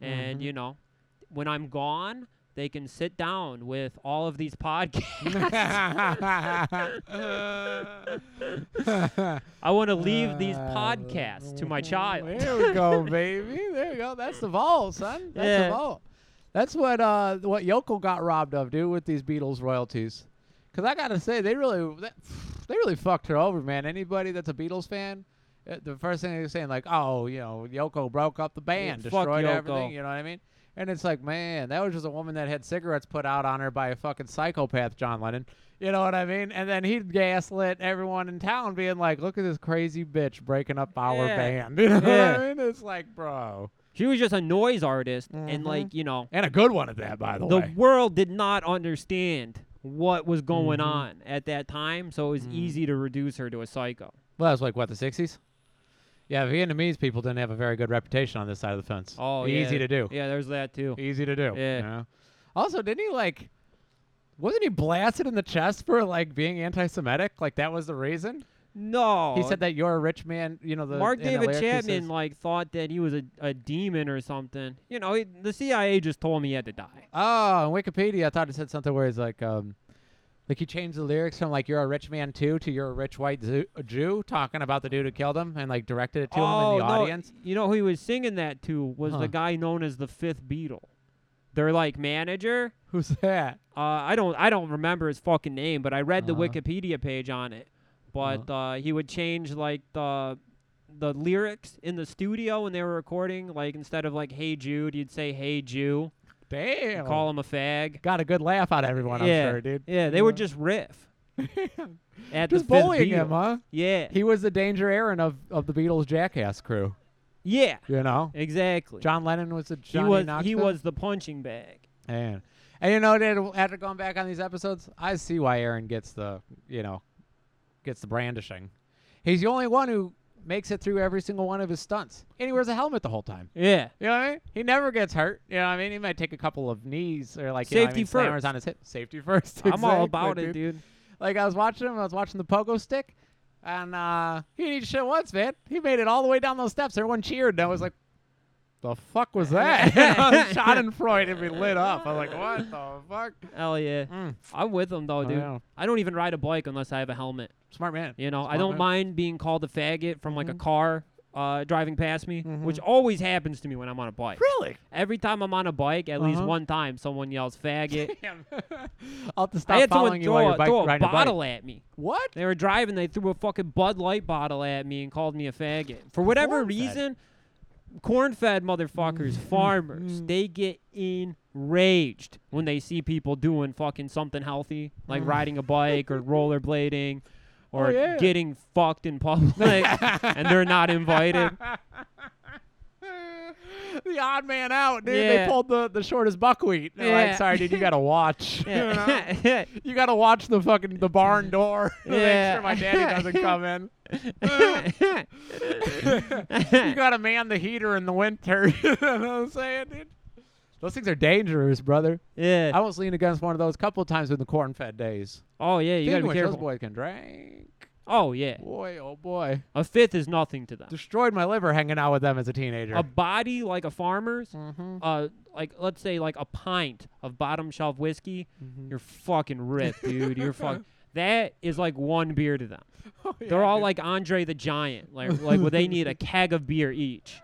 And
Mhm.
you know, when I'm gone, they can sit down with all of these podcasts. I want to leave these podcasts to my child.
Uh, There we go, baby. There you go. That's the vault, son. That's
Yeah.
the vault. That's what uh what Yoko got robbed of, dude, with these Beatles royalties. Cause I gotta say, they really that, they really fucked her over, man. Anybody that's a Beatles fan, uh, the first thing they're saying like, oh, you know, Yoko broke up the band,
fuck
destroyed
Yoko.
everything. You know what I mean? And it's like, man, that was just a woman that had cigarettes put out on her by a fucking psychopath, John Lennon. You know what I mean? And then he gaslit everyone in town, being like, "Look at this crazy bitch breaking up our
Yeah.
band." You know what
Yeah.
I mean? It's like, bro,
She was just a noise artist, and
Mhm.
like you know,
and a good one at that, by the,
the
way.
world did not understand what was going
Mm-hmm.
on at that time, so it was easy to reduce her to a psycho.
Well, that was like what the '60s. Yeah, Vietnamese people didn't have a very good reputation on this side of the fence.
Oh,
easy
yeah.
to do.
Yeah, there's that too.
Easy to do.
Yeah.
you know? Also, didn't he like? Wasn't he blasted in the chest for like being anti-Semitic? Like that was the reason.
No,
he said that you're a rich man. You know the
Mark
in the
David
lyrics he
Chapman
says-
like thought that he was a, a demon or something. You know, he, the CIA just told him he had to die.
oh, on Wikipedia, I thought it said something where he's like, um, like he changed the lyrics from like "You're a rich man too" to "You're a rich white Zoo- Jew," talking about the dude who killed him and like directed it to him in the
Oh, no,
audience.
You know who he was singing that to was
Huh.
the guy known as the Fifth Beatle. Their like manager.
Who's that?
Uh, I don't I don't remember his fucking name, but I read
Uh-huh.
the Wikipedia page on it. But uh he would change like the the lyrics in the studio when they were recording. Like instead of like "Hey Jude," you'd say "Hey Jew,"
Damn.
and call him a fag.
Got a good laugh out of everyone.
yeah,
I'm sure, dude.
Yeah, they would just riff. at the
just
Fifth
bullying
Beatle.
him, huh?
Yeah,
He was the danger Aaron of, of the Beatles Jackass crew.
yeah,
You know,
exactly.
John Lennon was the Johnny
he was he
Knoxville.
was the punching bag.
Man. And you know, dude, after going back on these episodes, I see why Aaron gets the, you know, gets the brandishing. He's the only one who makes it through every single one of his stunts, and he wears a helmet the whole time.
Yeah,
You know what I mean? He never gets hurt. You know what I mean? He might take a couple of knees or like you know what I
Safety
mean, slammers
first.
on his hip. Safety first.
I'm all
exactly,
about it, dude.
Like I was watching him, I was watching the pogo stick, and uh he didn't shit once, man. He made it all the way down those steps. Everyone cheered, and I was like, "The fuck was that?" Schadenfreude and we lit up. I was like, "What the fuck?"
Hell yeah,
Mm.
I'm with him though,
I
dude.
know.
I don't even ride a bike unless I have a helmet.
Smart man.
You know, I
Smart
don't
man.
mind being called a faggot from like a
Mhm.
car uh, driving past me, which
Mhm.
always happens to me when I'm on a bike.
Really?
Every time I'm on a bike, at least
Uh-huh.
one time, someone yells "faggot."
Damn. I'll have to
I
stop
had someone
following you while
throw
you're
a,
bike
throw a
riding a bike.
bottle at me.
What?
They were driving. They threw a fucking Bud Light bottle at me and called me a faggot. For whatever
Corn-fed.
reason, corn-fed motherfuckers,
Mm-hmm.
farmers, they get enraged when they see people doing fucking something healthy, like riding a bike or rollerblading, or
Mm. Oh, yeah.
getting fucked in public, and they're not invited.
The odd man out, dude. They
Yeah.
pulled the, the shortest buckwheat. They're like,
Yeah.
sorry, dude, you gotta watch. You know?
Yeah.
You gotta watch the fucking the barn door to make
Yeah.
sure my daddy doesn't come in. you gotta man the heater in the winter. you know what I'm saying, dude? Those things are dangerous, brother.
yeah.
I almost leaned against one of those a couple of times in the corn fed days.
Oh yeah, you
Speaking
gotta
of
be
which,
careful.
Those boys can drink.
Oh yeah,
Boy, oh boy.
a fifth is nothing to them.
Destroyed my liver hanging out with them as a teenager.
A body like a farmer's
Mhm.
uh, like let's say like a pint of bottom shelf whiskey,
Mhm.
you're fucking ripped, dude. You're fuck. That is like one beer to them.
Oh, yeah,
They're all
dude.
like Andre the Giant, like like where they need a keg of beer each.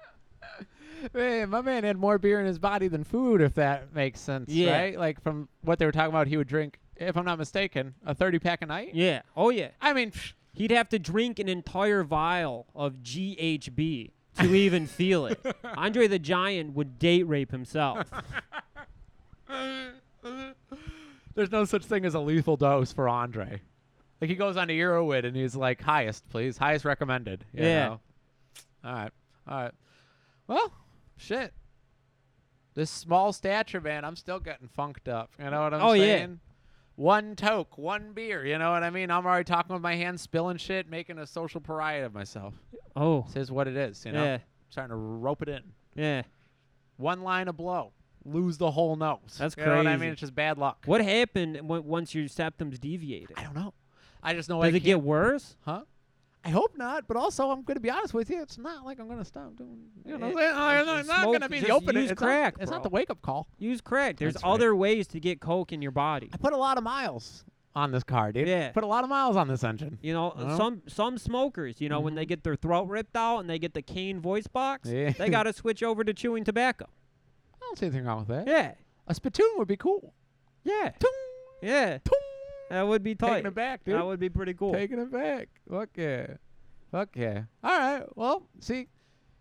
Man, my man had more beer in his body than food, if that makes sense,
Yeah.
right? Like from what they were talking about, he would drink, if I'm not mistaken, a 30 pack a night.
Yeah. Oh yeah.
I mean, psh,
He'd have to drink an entire vial of GHB to even feel it. Andre the Giant would date rape himself.
there's no such thing as a lethal dose for Andre. Like he goes on to Eurowid and he's like, highest, please, highest recommended. you
Yeah.
know? All right. All right. Well, shit. This small stature, man, I'm still getting funked up. You know what I'm
Oh, yeah.
saying? One toke, one beer. You know what I mean? I'm already talking with my hands, spilling shit, making a social pariah of myself.
Oh.
This is what it is. You know,
Yeah.
starting to rope it in.
Yeah.
One line of blow, lose the whole nose.
That's
You know what I mean?
crazy.
It's just bad luck.
What happened w- once your septum's deviated?
I don't know. I just know I
Does it
can't-
get worse?
huh? I hope not, but also I'm going to be honest with you. It's not like I'm going to stop doing. You know,
Eh,
what I'm, saying? I'm
just
not
smoke-
going to be the
just
open.
use
it's
crack,
Not, it's not
bro.
the wake up call.
Use crack. There's
That's right.
other ways to get coke in your body.
I put a lot of miles on this car, dude.
Yeah.
Put a lot of miles on this engine.
You know,
Well. Mm-hmm.
some some smokers, you know, when they get their throat ripped out and they get the cane voice box,
Yeah.
they got to switch over to chewing tobacco.
I don't see anything wrong with that.
Yeah.
A spittoon would be cool.
Yeah.
Toong,
Yeah.
toong.
That would be tight.
Taking it back, dude.
that would be pretty cool.
Taking it back. Fuck yeah. Fuck yeah. All right. Well, see,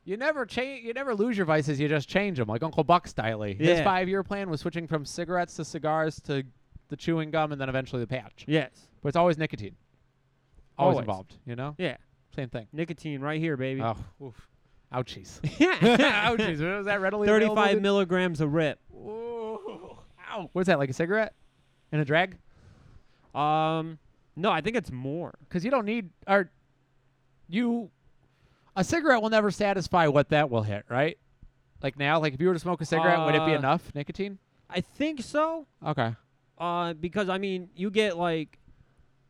you never change. You never lose your vices. You just change them, like Uncle Buck style. His
Yeah.
five-year plan was switching from cigarettes to cigars to the chewing gum, and then eventually the patch.
yes.
But it's always nicotine. Always,
Always.
involved. You know.
Yeah.
Same thing.
Nicotine right here, baby.
Oh. Oof. Ouchies.
Yeah.
Ouchies. Was that readily available,
35
dude?
milligrams a rip.
Ooh. Ow. What's that? Like a cigarette? In a drag?
Um, no, I think it's more.
Because you don't need. Or you. a cigarette will never satisfy what that will hit, right? Like now, like if you were to smoke a cigarette, would it be
Uh,
enough nicotine?
I think so.
Okay.
Uh, because I mean, you get like,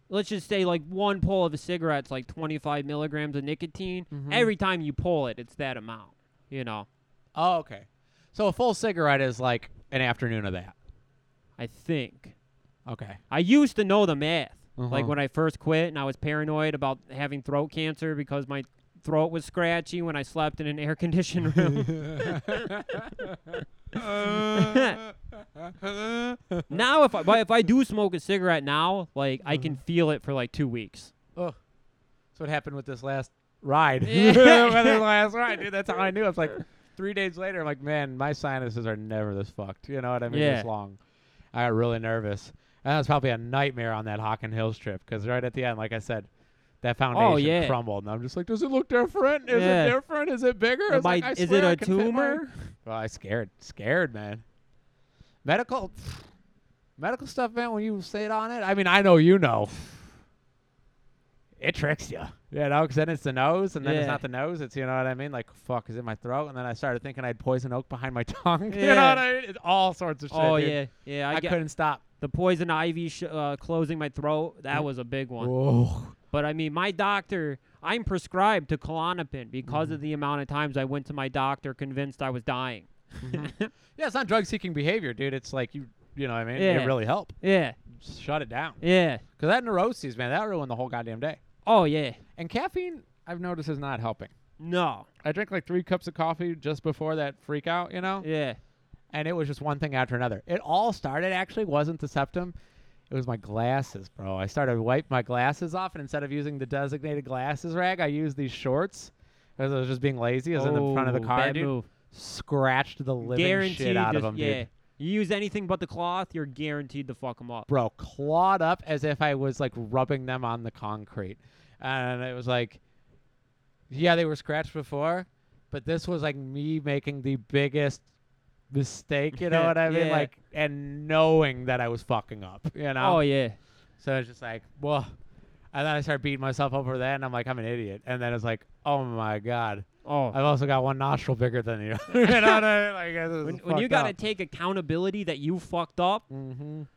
let's just say like one pull of a cigarette's like 25 milligrams of nicotine.
Mhm.
Every time you pull it, it's that amount. You know,
Oh, okay. So a full cigarette is like an afternoon of that.
I think.
Okay.
I used to know the math. Like
Uh-huh.
when I first quit and I was paranoid about having throat cancer because my throat was scratchy when I slept in an air conditioned room. now if I but if I do smoke a cigarette now, like I can
Mm-hmm.
feel it for like 2 weeks.
Ugh. That's what happened with this last ride.
Yeah.
With this last ride, dude. That's how I knew. I was like, three days later, I'm like, man, my sinuses are never this fucked. You know what I mean?
Yeah.
This long. I got really nervous. And that was probably a nightmare on that Hawken Hills trip because right at the end, like I said, that foundation
Oh, yeah.
crumbled. And I'm just like, does it look different? Is
Yeah.
it different? Is it bigger?
Am
It's like,
I-
I
is it
swear
a
I can fit my-"
tumor?
Well, I scared. Scared, man. Medical. Medical stuff, man, when you say it on it, I mean, I know you know. It tricks you. Yeah, no, because then it's the nose, and then it's
Yeah.
not the nose. It's, you know what I mean? Like, fuck, is it my throat? And then I started thinking I had poison oak behind my tongue. You know
Yeah.
what I mean? It's all sorts of shit.
oh
dude.
yeah. Yeah, I,
I,
get
couldn't stop.
the poison ivy sh- uh, closing my throat. That was a big one.
Whoa.
But I mean, my doctor, I'm prescribed to Klonopin because
Mm-hmm.
of the amount of times I went to my doctor convinced I was dying.
Yeah, it's not drug seeking behavior, dude. It's like, you you know what I mean?
Yeah.
It really helped.
Yeah.
Shut it down.
Yeah.
Because that neuroses, man, that ruined the whole goddamn day.
Oh yeah.
And caffeine, I've noticed, is not helping.
No.
I drank like three cups of coffee just before that freak out, you know?
Yeah.
and it was just one thing after another. It all started actually wasn't the septum, it was my glasses, bro. I started wipe my glasses off, and instead of using the designated glasses rag, I used these shorts. As I was just being lazy, I was in the front of the
Oh,
car,
bad
dude.
move.
Scratched the living
guaranteed
shit out of
to-
them,
yeah.
dude.
You use anything but the cloth, you're guaranteed to fuck them up.
Bro, clawed up as if I was like rubbing them on the concrete, and it was like, yeah, they were scratched before, but this was like me making the biggest mistake. You know what I mean?
Yeah.
Like, and knowing that I was fucking up. You know?
Oh yeah.
So it's just like, well, and then I start beating myself up over that, and I'm like, I'm an idiot. And then it's like, oh my god,
Oh.
I've also got one nostril bigger than you. you know what I mean? Like, this is
When, when you
fucked
gotta
up.
take accountability that you fucked up,
Mhm.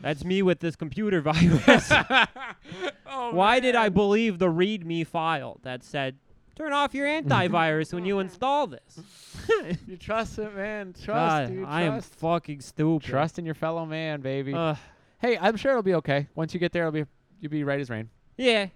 that's me with this computer virus.
Oh,
Why did I believe the README file that said, "Turn off your antivirus when you install this"?
You trust it, man. Trust,
God,
dude. Trust. Uh.
I am fucking stupid.
trust in your fellow man, baby.
Ugh.
hey, I'm sure it'll be okay. Once you get there, it'll be you'll be right as rain.
yeah,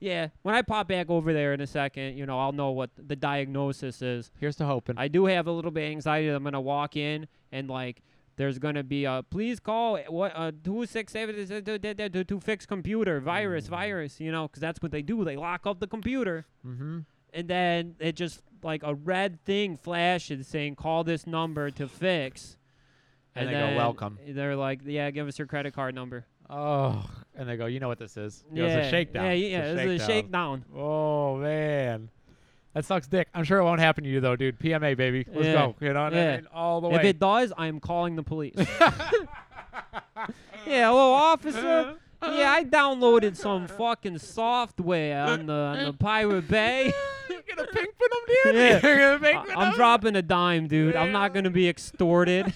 yeah. When I pop back over there in a second, you know, I'll know what the diagnosis is.
Here's to hoping.
I do have a little bit of anxiety that I'm gonna walk in and like there's gonna be a please call what uh two six seven uh, to, to fix computer virus
Mm.
virus you know because that's what they do they lock up the computer
mm-hmm.
and then it just like a red thing flashes saying call this number to fix
And they go,
then
"Welcome."
they're like yeah give us your credit card number
Oh, and they go, you know what this is? You know,
yeah
It's a shakedown.
yeah
It's
yeah it's a shakedown
Oh man, that sucks, dick. I'm sure it won't happen to you though, dude. PMA, baby. Let's
Yeah.
go. You know what I
Yeah.
mean? All the
if
way.
it does I'm calling the police yeah hello officer yeah I downloaded some fucking software on the on the Pirate Bay
You're gonna pink venom, dude.
Yeah.
You're gonna
I-
pink venom.
I'm dropping a dime dude I'm not gonna be extorted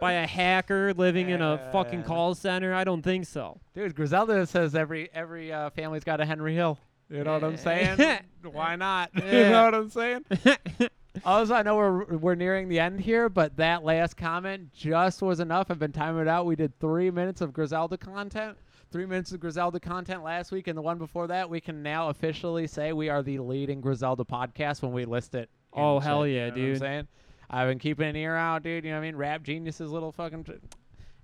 by a hacker living in a fucking
Yeah.
call center I don't think so
Dude, Griselda says every every uh, family's got a Henry Hill. You know what I'm saying? Why not? You
Yeah.
know what I'm saying? Also, I know we're we're nearing the end here, but that last comment just was enough. I've been timing it out. We did three minutes of Griselda content, three minutes of Griselda content last week, and the one before that. We can now officially say we are the leading Griselda podcast when we list it. in
Oh,
shit.
hell yeah,
You know what I'm
dude.
saying? I've been keeping an ear out, dude. You know what I mean? Rap geniuses, little fucking.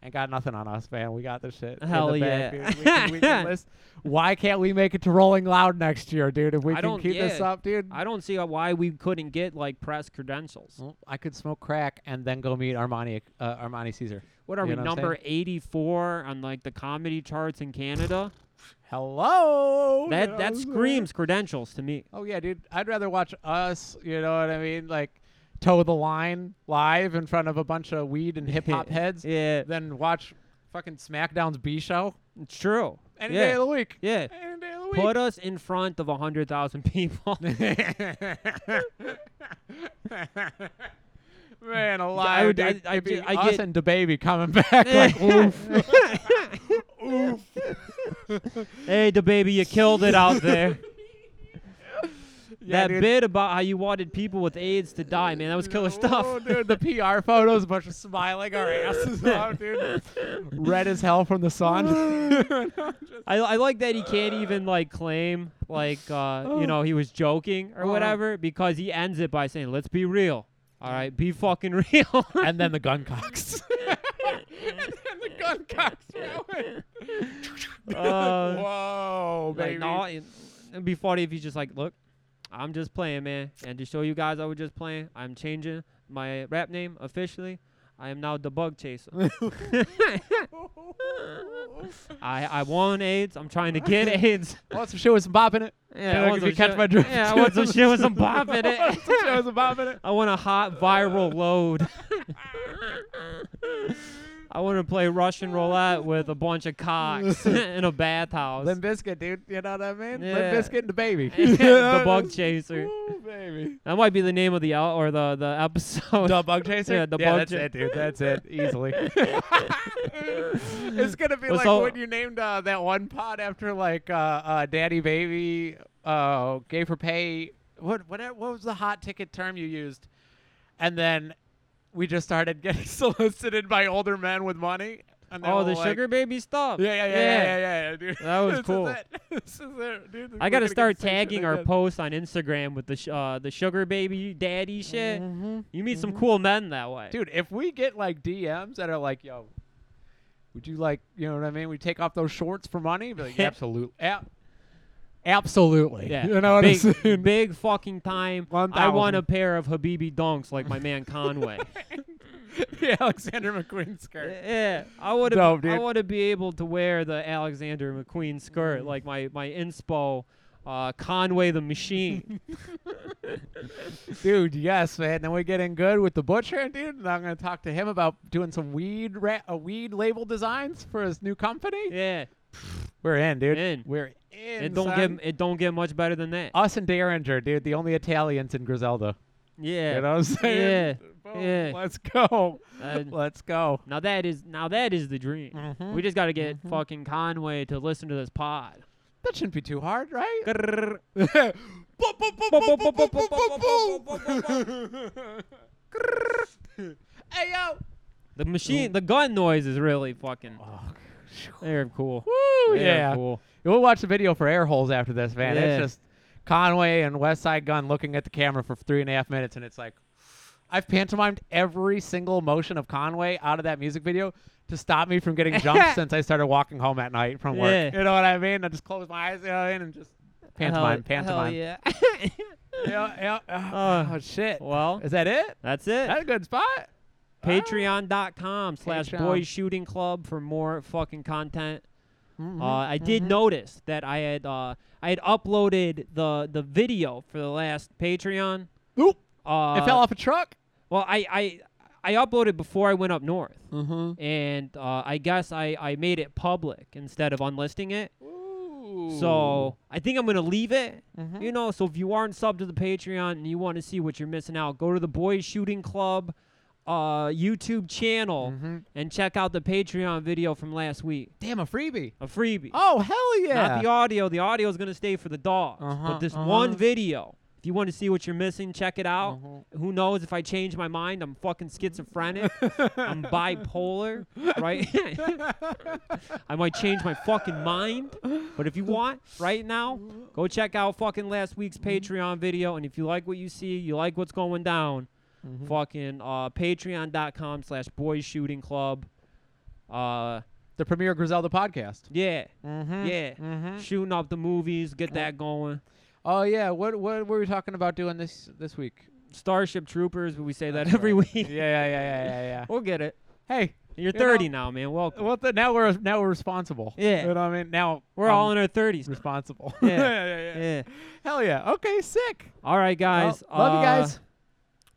Ain't got nothing on us, man. We got this shit. in the
Hell
bag,
yeah.
dude. We can- we can list- Why can't we make it to Rolling Loud next year, dude? If we
I
can
don't-
keep this
yeah.
up, dude.
I don't see why we couldn't get like press credentials.
Well, I could smoke crack and then go meet Armani uh, Armani Caesar.
What are
You
we
know what I'm
number 84 on like the comedy charts in Canada?
Hello. you know
that
what I'm
that
saying?
screams credentials to me.
Oh yeah, dude. I'd rather watch us. You know what I mean? Like toe the line live in front of a bunch of weed and hip hop heads
Yeah,
than watch fucking SmackDown's B show
it's true.
any
yeah.
day of the week.
yeah.
Any day of the week.
Put us in front of 100,000 people.
Man, alive!
would-
dude.
I- I
It'd be
ju- I
us
get-
and the baby coming back like oof.
hey, the baby, you killed it out there.
Yeah,
that
dude.
bit about how you wanted people with AIDS to die, man, that was killer
Oh,
stuff.
dude, the PR photos, a bunch of smiling our asses off, dude. Red as hell from the sun.
I, I like that he can't even like claim like uh, you know he was joking or
Uh-huh.
whatever because he ends it by saying, "Let's be real." All right, be fucking real.
and then the gun cocks. and then the gun cocks. Rowan.
Uh,
Whoa,
like,
baby.
no, it, it'd be funny if he's just like, "Look, I'm just playing, man, and to show you guys I was just playing, I'm changing my rap name officially. I am now the Bug Chaser. I I want AIDS. I'm trying to get AIDS.
want some shit with some bop in it?
Yeah,
Like,
I want
if you
some
catch
shit-
my drift.
Yeah, I want some shit with some bop in
want some shit with
it.
some bop in it?
I want a hot viral load. I want to play Russian roulette with a bunch of cocks in a bathhouse.
Limp Biscuit, dude. You know what I mean?
Yeah.
Limp Biscuit and the baby.
the bug chaser.
Ooh, baby.
That might be the name of the out or the the episode.
The bug chaser?
Yeah, the bug
that's
cha-
it, dude. That's it. Easily. it's gonna be
Well,
like
so-
when you named uh, that one pod after like uh, uh, Daddy Baby, uh, Gay for Pay. What what what was the hot ticket term you used? And then we just started getting solicited by older men with money. And they
oh,
were
the
like-
sugar baby stuff.
Yeah, yeah, yeah, yeah, yeah, yeah, yeah, dude.
That was
This is
cool.
it. This is it, dude.
I
We're
gotta
gonna
start
get sanctioned
tagging our
again.
posts on Instagram with the sh- uh, the sugar baby daddy shit.
Mhm.
You meet some cool men that way.
dude if we get like dms that are like yo would you like you know what i mean we take off those shorts for money Be like, absolutely ab- absolutely
Yeah.
you know what
big,
i'm saying
big fucking time.
One
I want
thousand.
a pair of Habibi donks like my man Conway.
the alexander mcqueen skirt
yeah, I want to.
Dope,
I
dude.
want to be able to wear the Alexander McQueen skirt like my my inspo. Uh, Conway the Machine.
dude yes man then we get in good with the butcher dude and i'm gonna talk to him about doing some weed ra- uh, weed label designs for his new company
yeah,
we're in dude
In.
we're in
it don't
son.
get it don't get much better than that.
us and Derringer, dude, the only Italians in Griselda.
yeah,
You know what I'm saying?
Yeah.
Boom.
Yeah.
Let's go.
Uh,
Let's go.
Now that is now that is the dream.
Mhm.
We just got to get fucking Conway to listen to this pod.
That shouldn't be too hard, right? hey yo!
The machine, the gun noise is really fucking. They're cool.
Woo!
They're
Yeah.
cool.
We'll watch the video for air holes after this, man.
Yeah.
It's just Conway and West Side Gun looking at the camera for three and a half minutes, and it's like I've pantomimed every single motion of Conway out of that music video to stop me from getting jumped since I started walking home at night from work.
Yeah.
You know what I mean? I just close my eyes you know, what I mean, and just
Hell-
pantomime,
hell
pantomime.
yeah.
yeah, yeah.
Uh,
oh shit.
well,
Is that it?
that's it.
That's a good spot.
Patreon.com slash
Patreon.
boys shooting club for more fucking content. Uh, I did notice that I had uh, I had uploaded the the video for the last Patreon.
Oop!
Uh,
it fell off a truck.
Well, I I, I uploaded before I went up north,
Mm-hmm.
and uh, I guess I I made it public instead of unlisting it.
Ooh. Mm-hmm.
So I think I'm gonna leave it.
Uh-huh.
You know, so if you aren't sub to the Patreon and you want to see what you're missing out, go to the Boys Shooting Club uh, YouTube channel and check out the Patreon video from last week,
Mm-hmm. damn a freebie.
a freebie.
Oh hell yeah!
Not the audio. The audio is gonna stay for the dogs,
Uh-huh,
but this
uh-huh.
one video. If you want to see what you're missing, check it out.
Mhm.
Who knows if I change my mind? I'm fucking schizophrenic. I'm bipolar, right? I might change my fucking mind. But if you want, right now,
Mm-hmm.
go check out fucking last week's Patreon video. And if you like what you see, you like what's going down,
Mm-hmm.
fucking uh, patreon.com slash boys shooting club. Uh,
the premier Griselda podcast.
yeah,
Mm-hmm.
yeah.
Mm-hmm.
Shooting up the movies, get that going.
Oh yeah. What what were we talking about doing this this week?
Starship Troopers, we say that
That's
every
right.
week.
Yeah yeah yeah yeah yeah. yeah.
We'll get it.
hey,
You're
know, uh,
30 now, man. Welcome.
what the? Now we're now we're responsible.
Yeah.
You know what I mean? Now
We're
I'm
all in our 30s. now.
responsible.
Yeah.
yeah, um, yeah, yeah.
Yeah.
Hell yeah. Okay, sick.
All right,
Well,
guys.
love
uh,
you guys.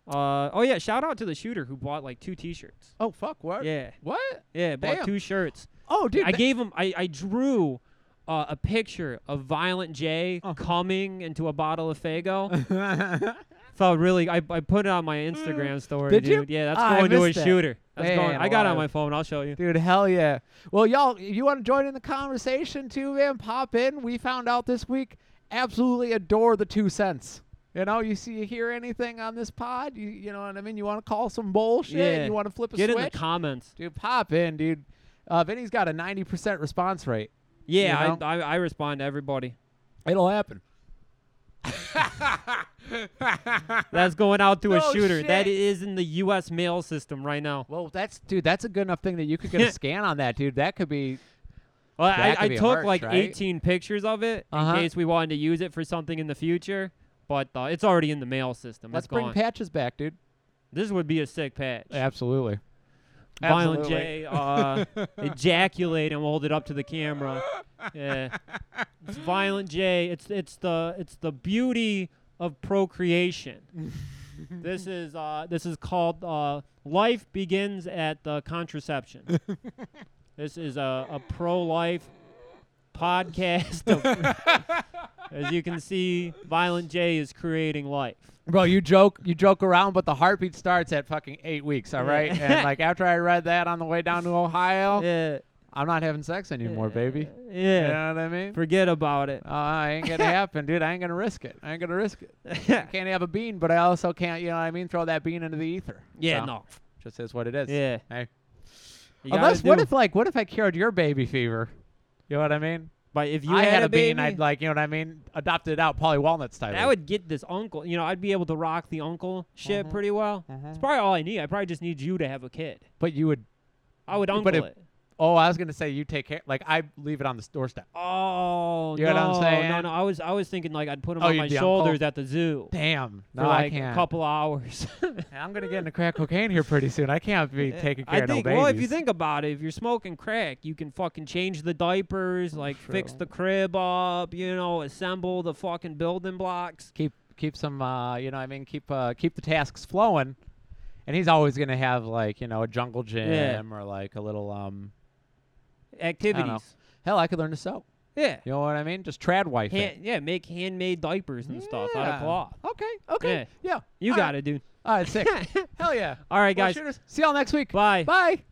Uh, oh yeah, shout out to the shooter who bought like two T-shirts.
Oh fuck. What?
Yeah,
What?
yeah, bought
Damn.
two shirts.
Oh dude.
I
tha-
gave him. I I drew uh, a picture of Violent J
Uh-huh.
coming into a bottle of Fago. Felt really. I, I put it on my Instagram story,
Mm. Did you?
dude. Yeah, that's
Ah, I
going to a
missed that.
shooter. That's
Man
going. I got it on
alive.
my phone. I'll show you.
Dude, hell yeah. Well, y'all, you want to join in the conversation too, man? Pop in. We found out this week, absolutely adore the two cents. You know, you see, you hear anything on this pod, you, you know what I mean? You want to call some bullshit?
Yeah.
You want to flip a
Get in
switch?
the comments.
dude, pop in, dude. Uh, Vinny's got a 90% response rate.
Yeah,
You know?
I, I I respond to everybody.
It'll happen.
That's going out to
No
a shooter. That
shit.
is in the U.S. mail system right now.
Well, that's, dude, that's a good enough thing that you could get a scan on that, dude. That could be,
Well,
That
I,
could
I
be a
took
merch,
like
right?
18 pictures of it
Uh-huh.
in case we wanted to use it for something in the future. But uh, it's already in the mail system.
let's
it's
bring
gone.
patches back, dude.
this would be a sick patch.
Absolutely.
Violent
Absolutely.
J, uh, ejaculate and hold it up to the camera. Yeah, it's Violent J. It's it's the it's the beauty of procreation. this is uh, this is called uh, life begins at the contraception. this is a, a pro life podcast. of- as you can see, Violent J is creating life.
Bro, you joke you joke around, but the heartbeat starts at fucking eight weeks, all right? and like after I read that on the way down to Ohio,
Yeah,
I'm not having sex anymore, baby. You
yeah.
know what I mean?
Forget about it.
Uh, I ain't gonna happen, dude. I ain't gonna risk it. I ain't gonna risk it. I can't have a bean, but I also can't, you know what I mean, throw that bean into the ether.
yeah,
So,
no.
Just is what it is.
Yeah.
Hey.
You gotta
Unless what
do.
if like what if I cured your baby fever? You know what I mean?
But if you
I
had,
had,
a,
a bean,
baby,
I'd like, you know what I mean, adopted it out Polly Walnut style.
that would get this uncle. You know, I'd be able to rock the uncle shit
Uh-huh.
pretty well. It's probably all I need. I probably just need you to have a kid.
but you would
I would uncle
But if-
it.
oh, I was gonna say you take care like I leave it on the doorstep.
Oh
You
no,
know what I'm
no,
saying?
no! I was, I was thinking like I'd put him
Oh,
on
you'd
my
be uncle?
shoulders at the zoo
Damn.
for
No,
like
I can't.
a couple hours.
I'm gonna get into crack cocaine here pretty soon. Eh, I can't be taking care
I
of no
think.
babies.
well, if you think about it, if you're smoking crack, you can fucking change the diapers, like fix
Oh, True.
the crib up, you know, assemble the fucking building blocks.
keep keep some, uh, you know, what I mean, keep uh, keep the tasks flowing, and he's always gonna have like you know a jungle gym or like a little um.
Activities.
Hell, I could learn to sew.
Yeah.
You know what I mean? Just trad wife.
Hand, yeah, make handmade diapers and stuff out of cloth.
Okay. Okay. Yeah.
You got it, dude.
All right, sick. Hell yeah.
All right, guys.
Well, shooters, see y'all next week.
Bye.
Bye.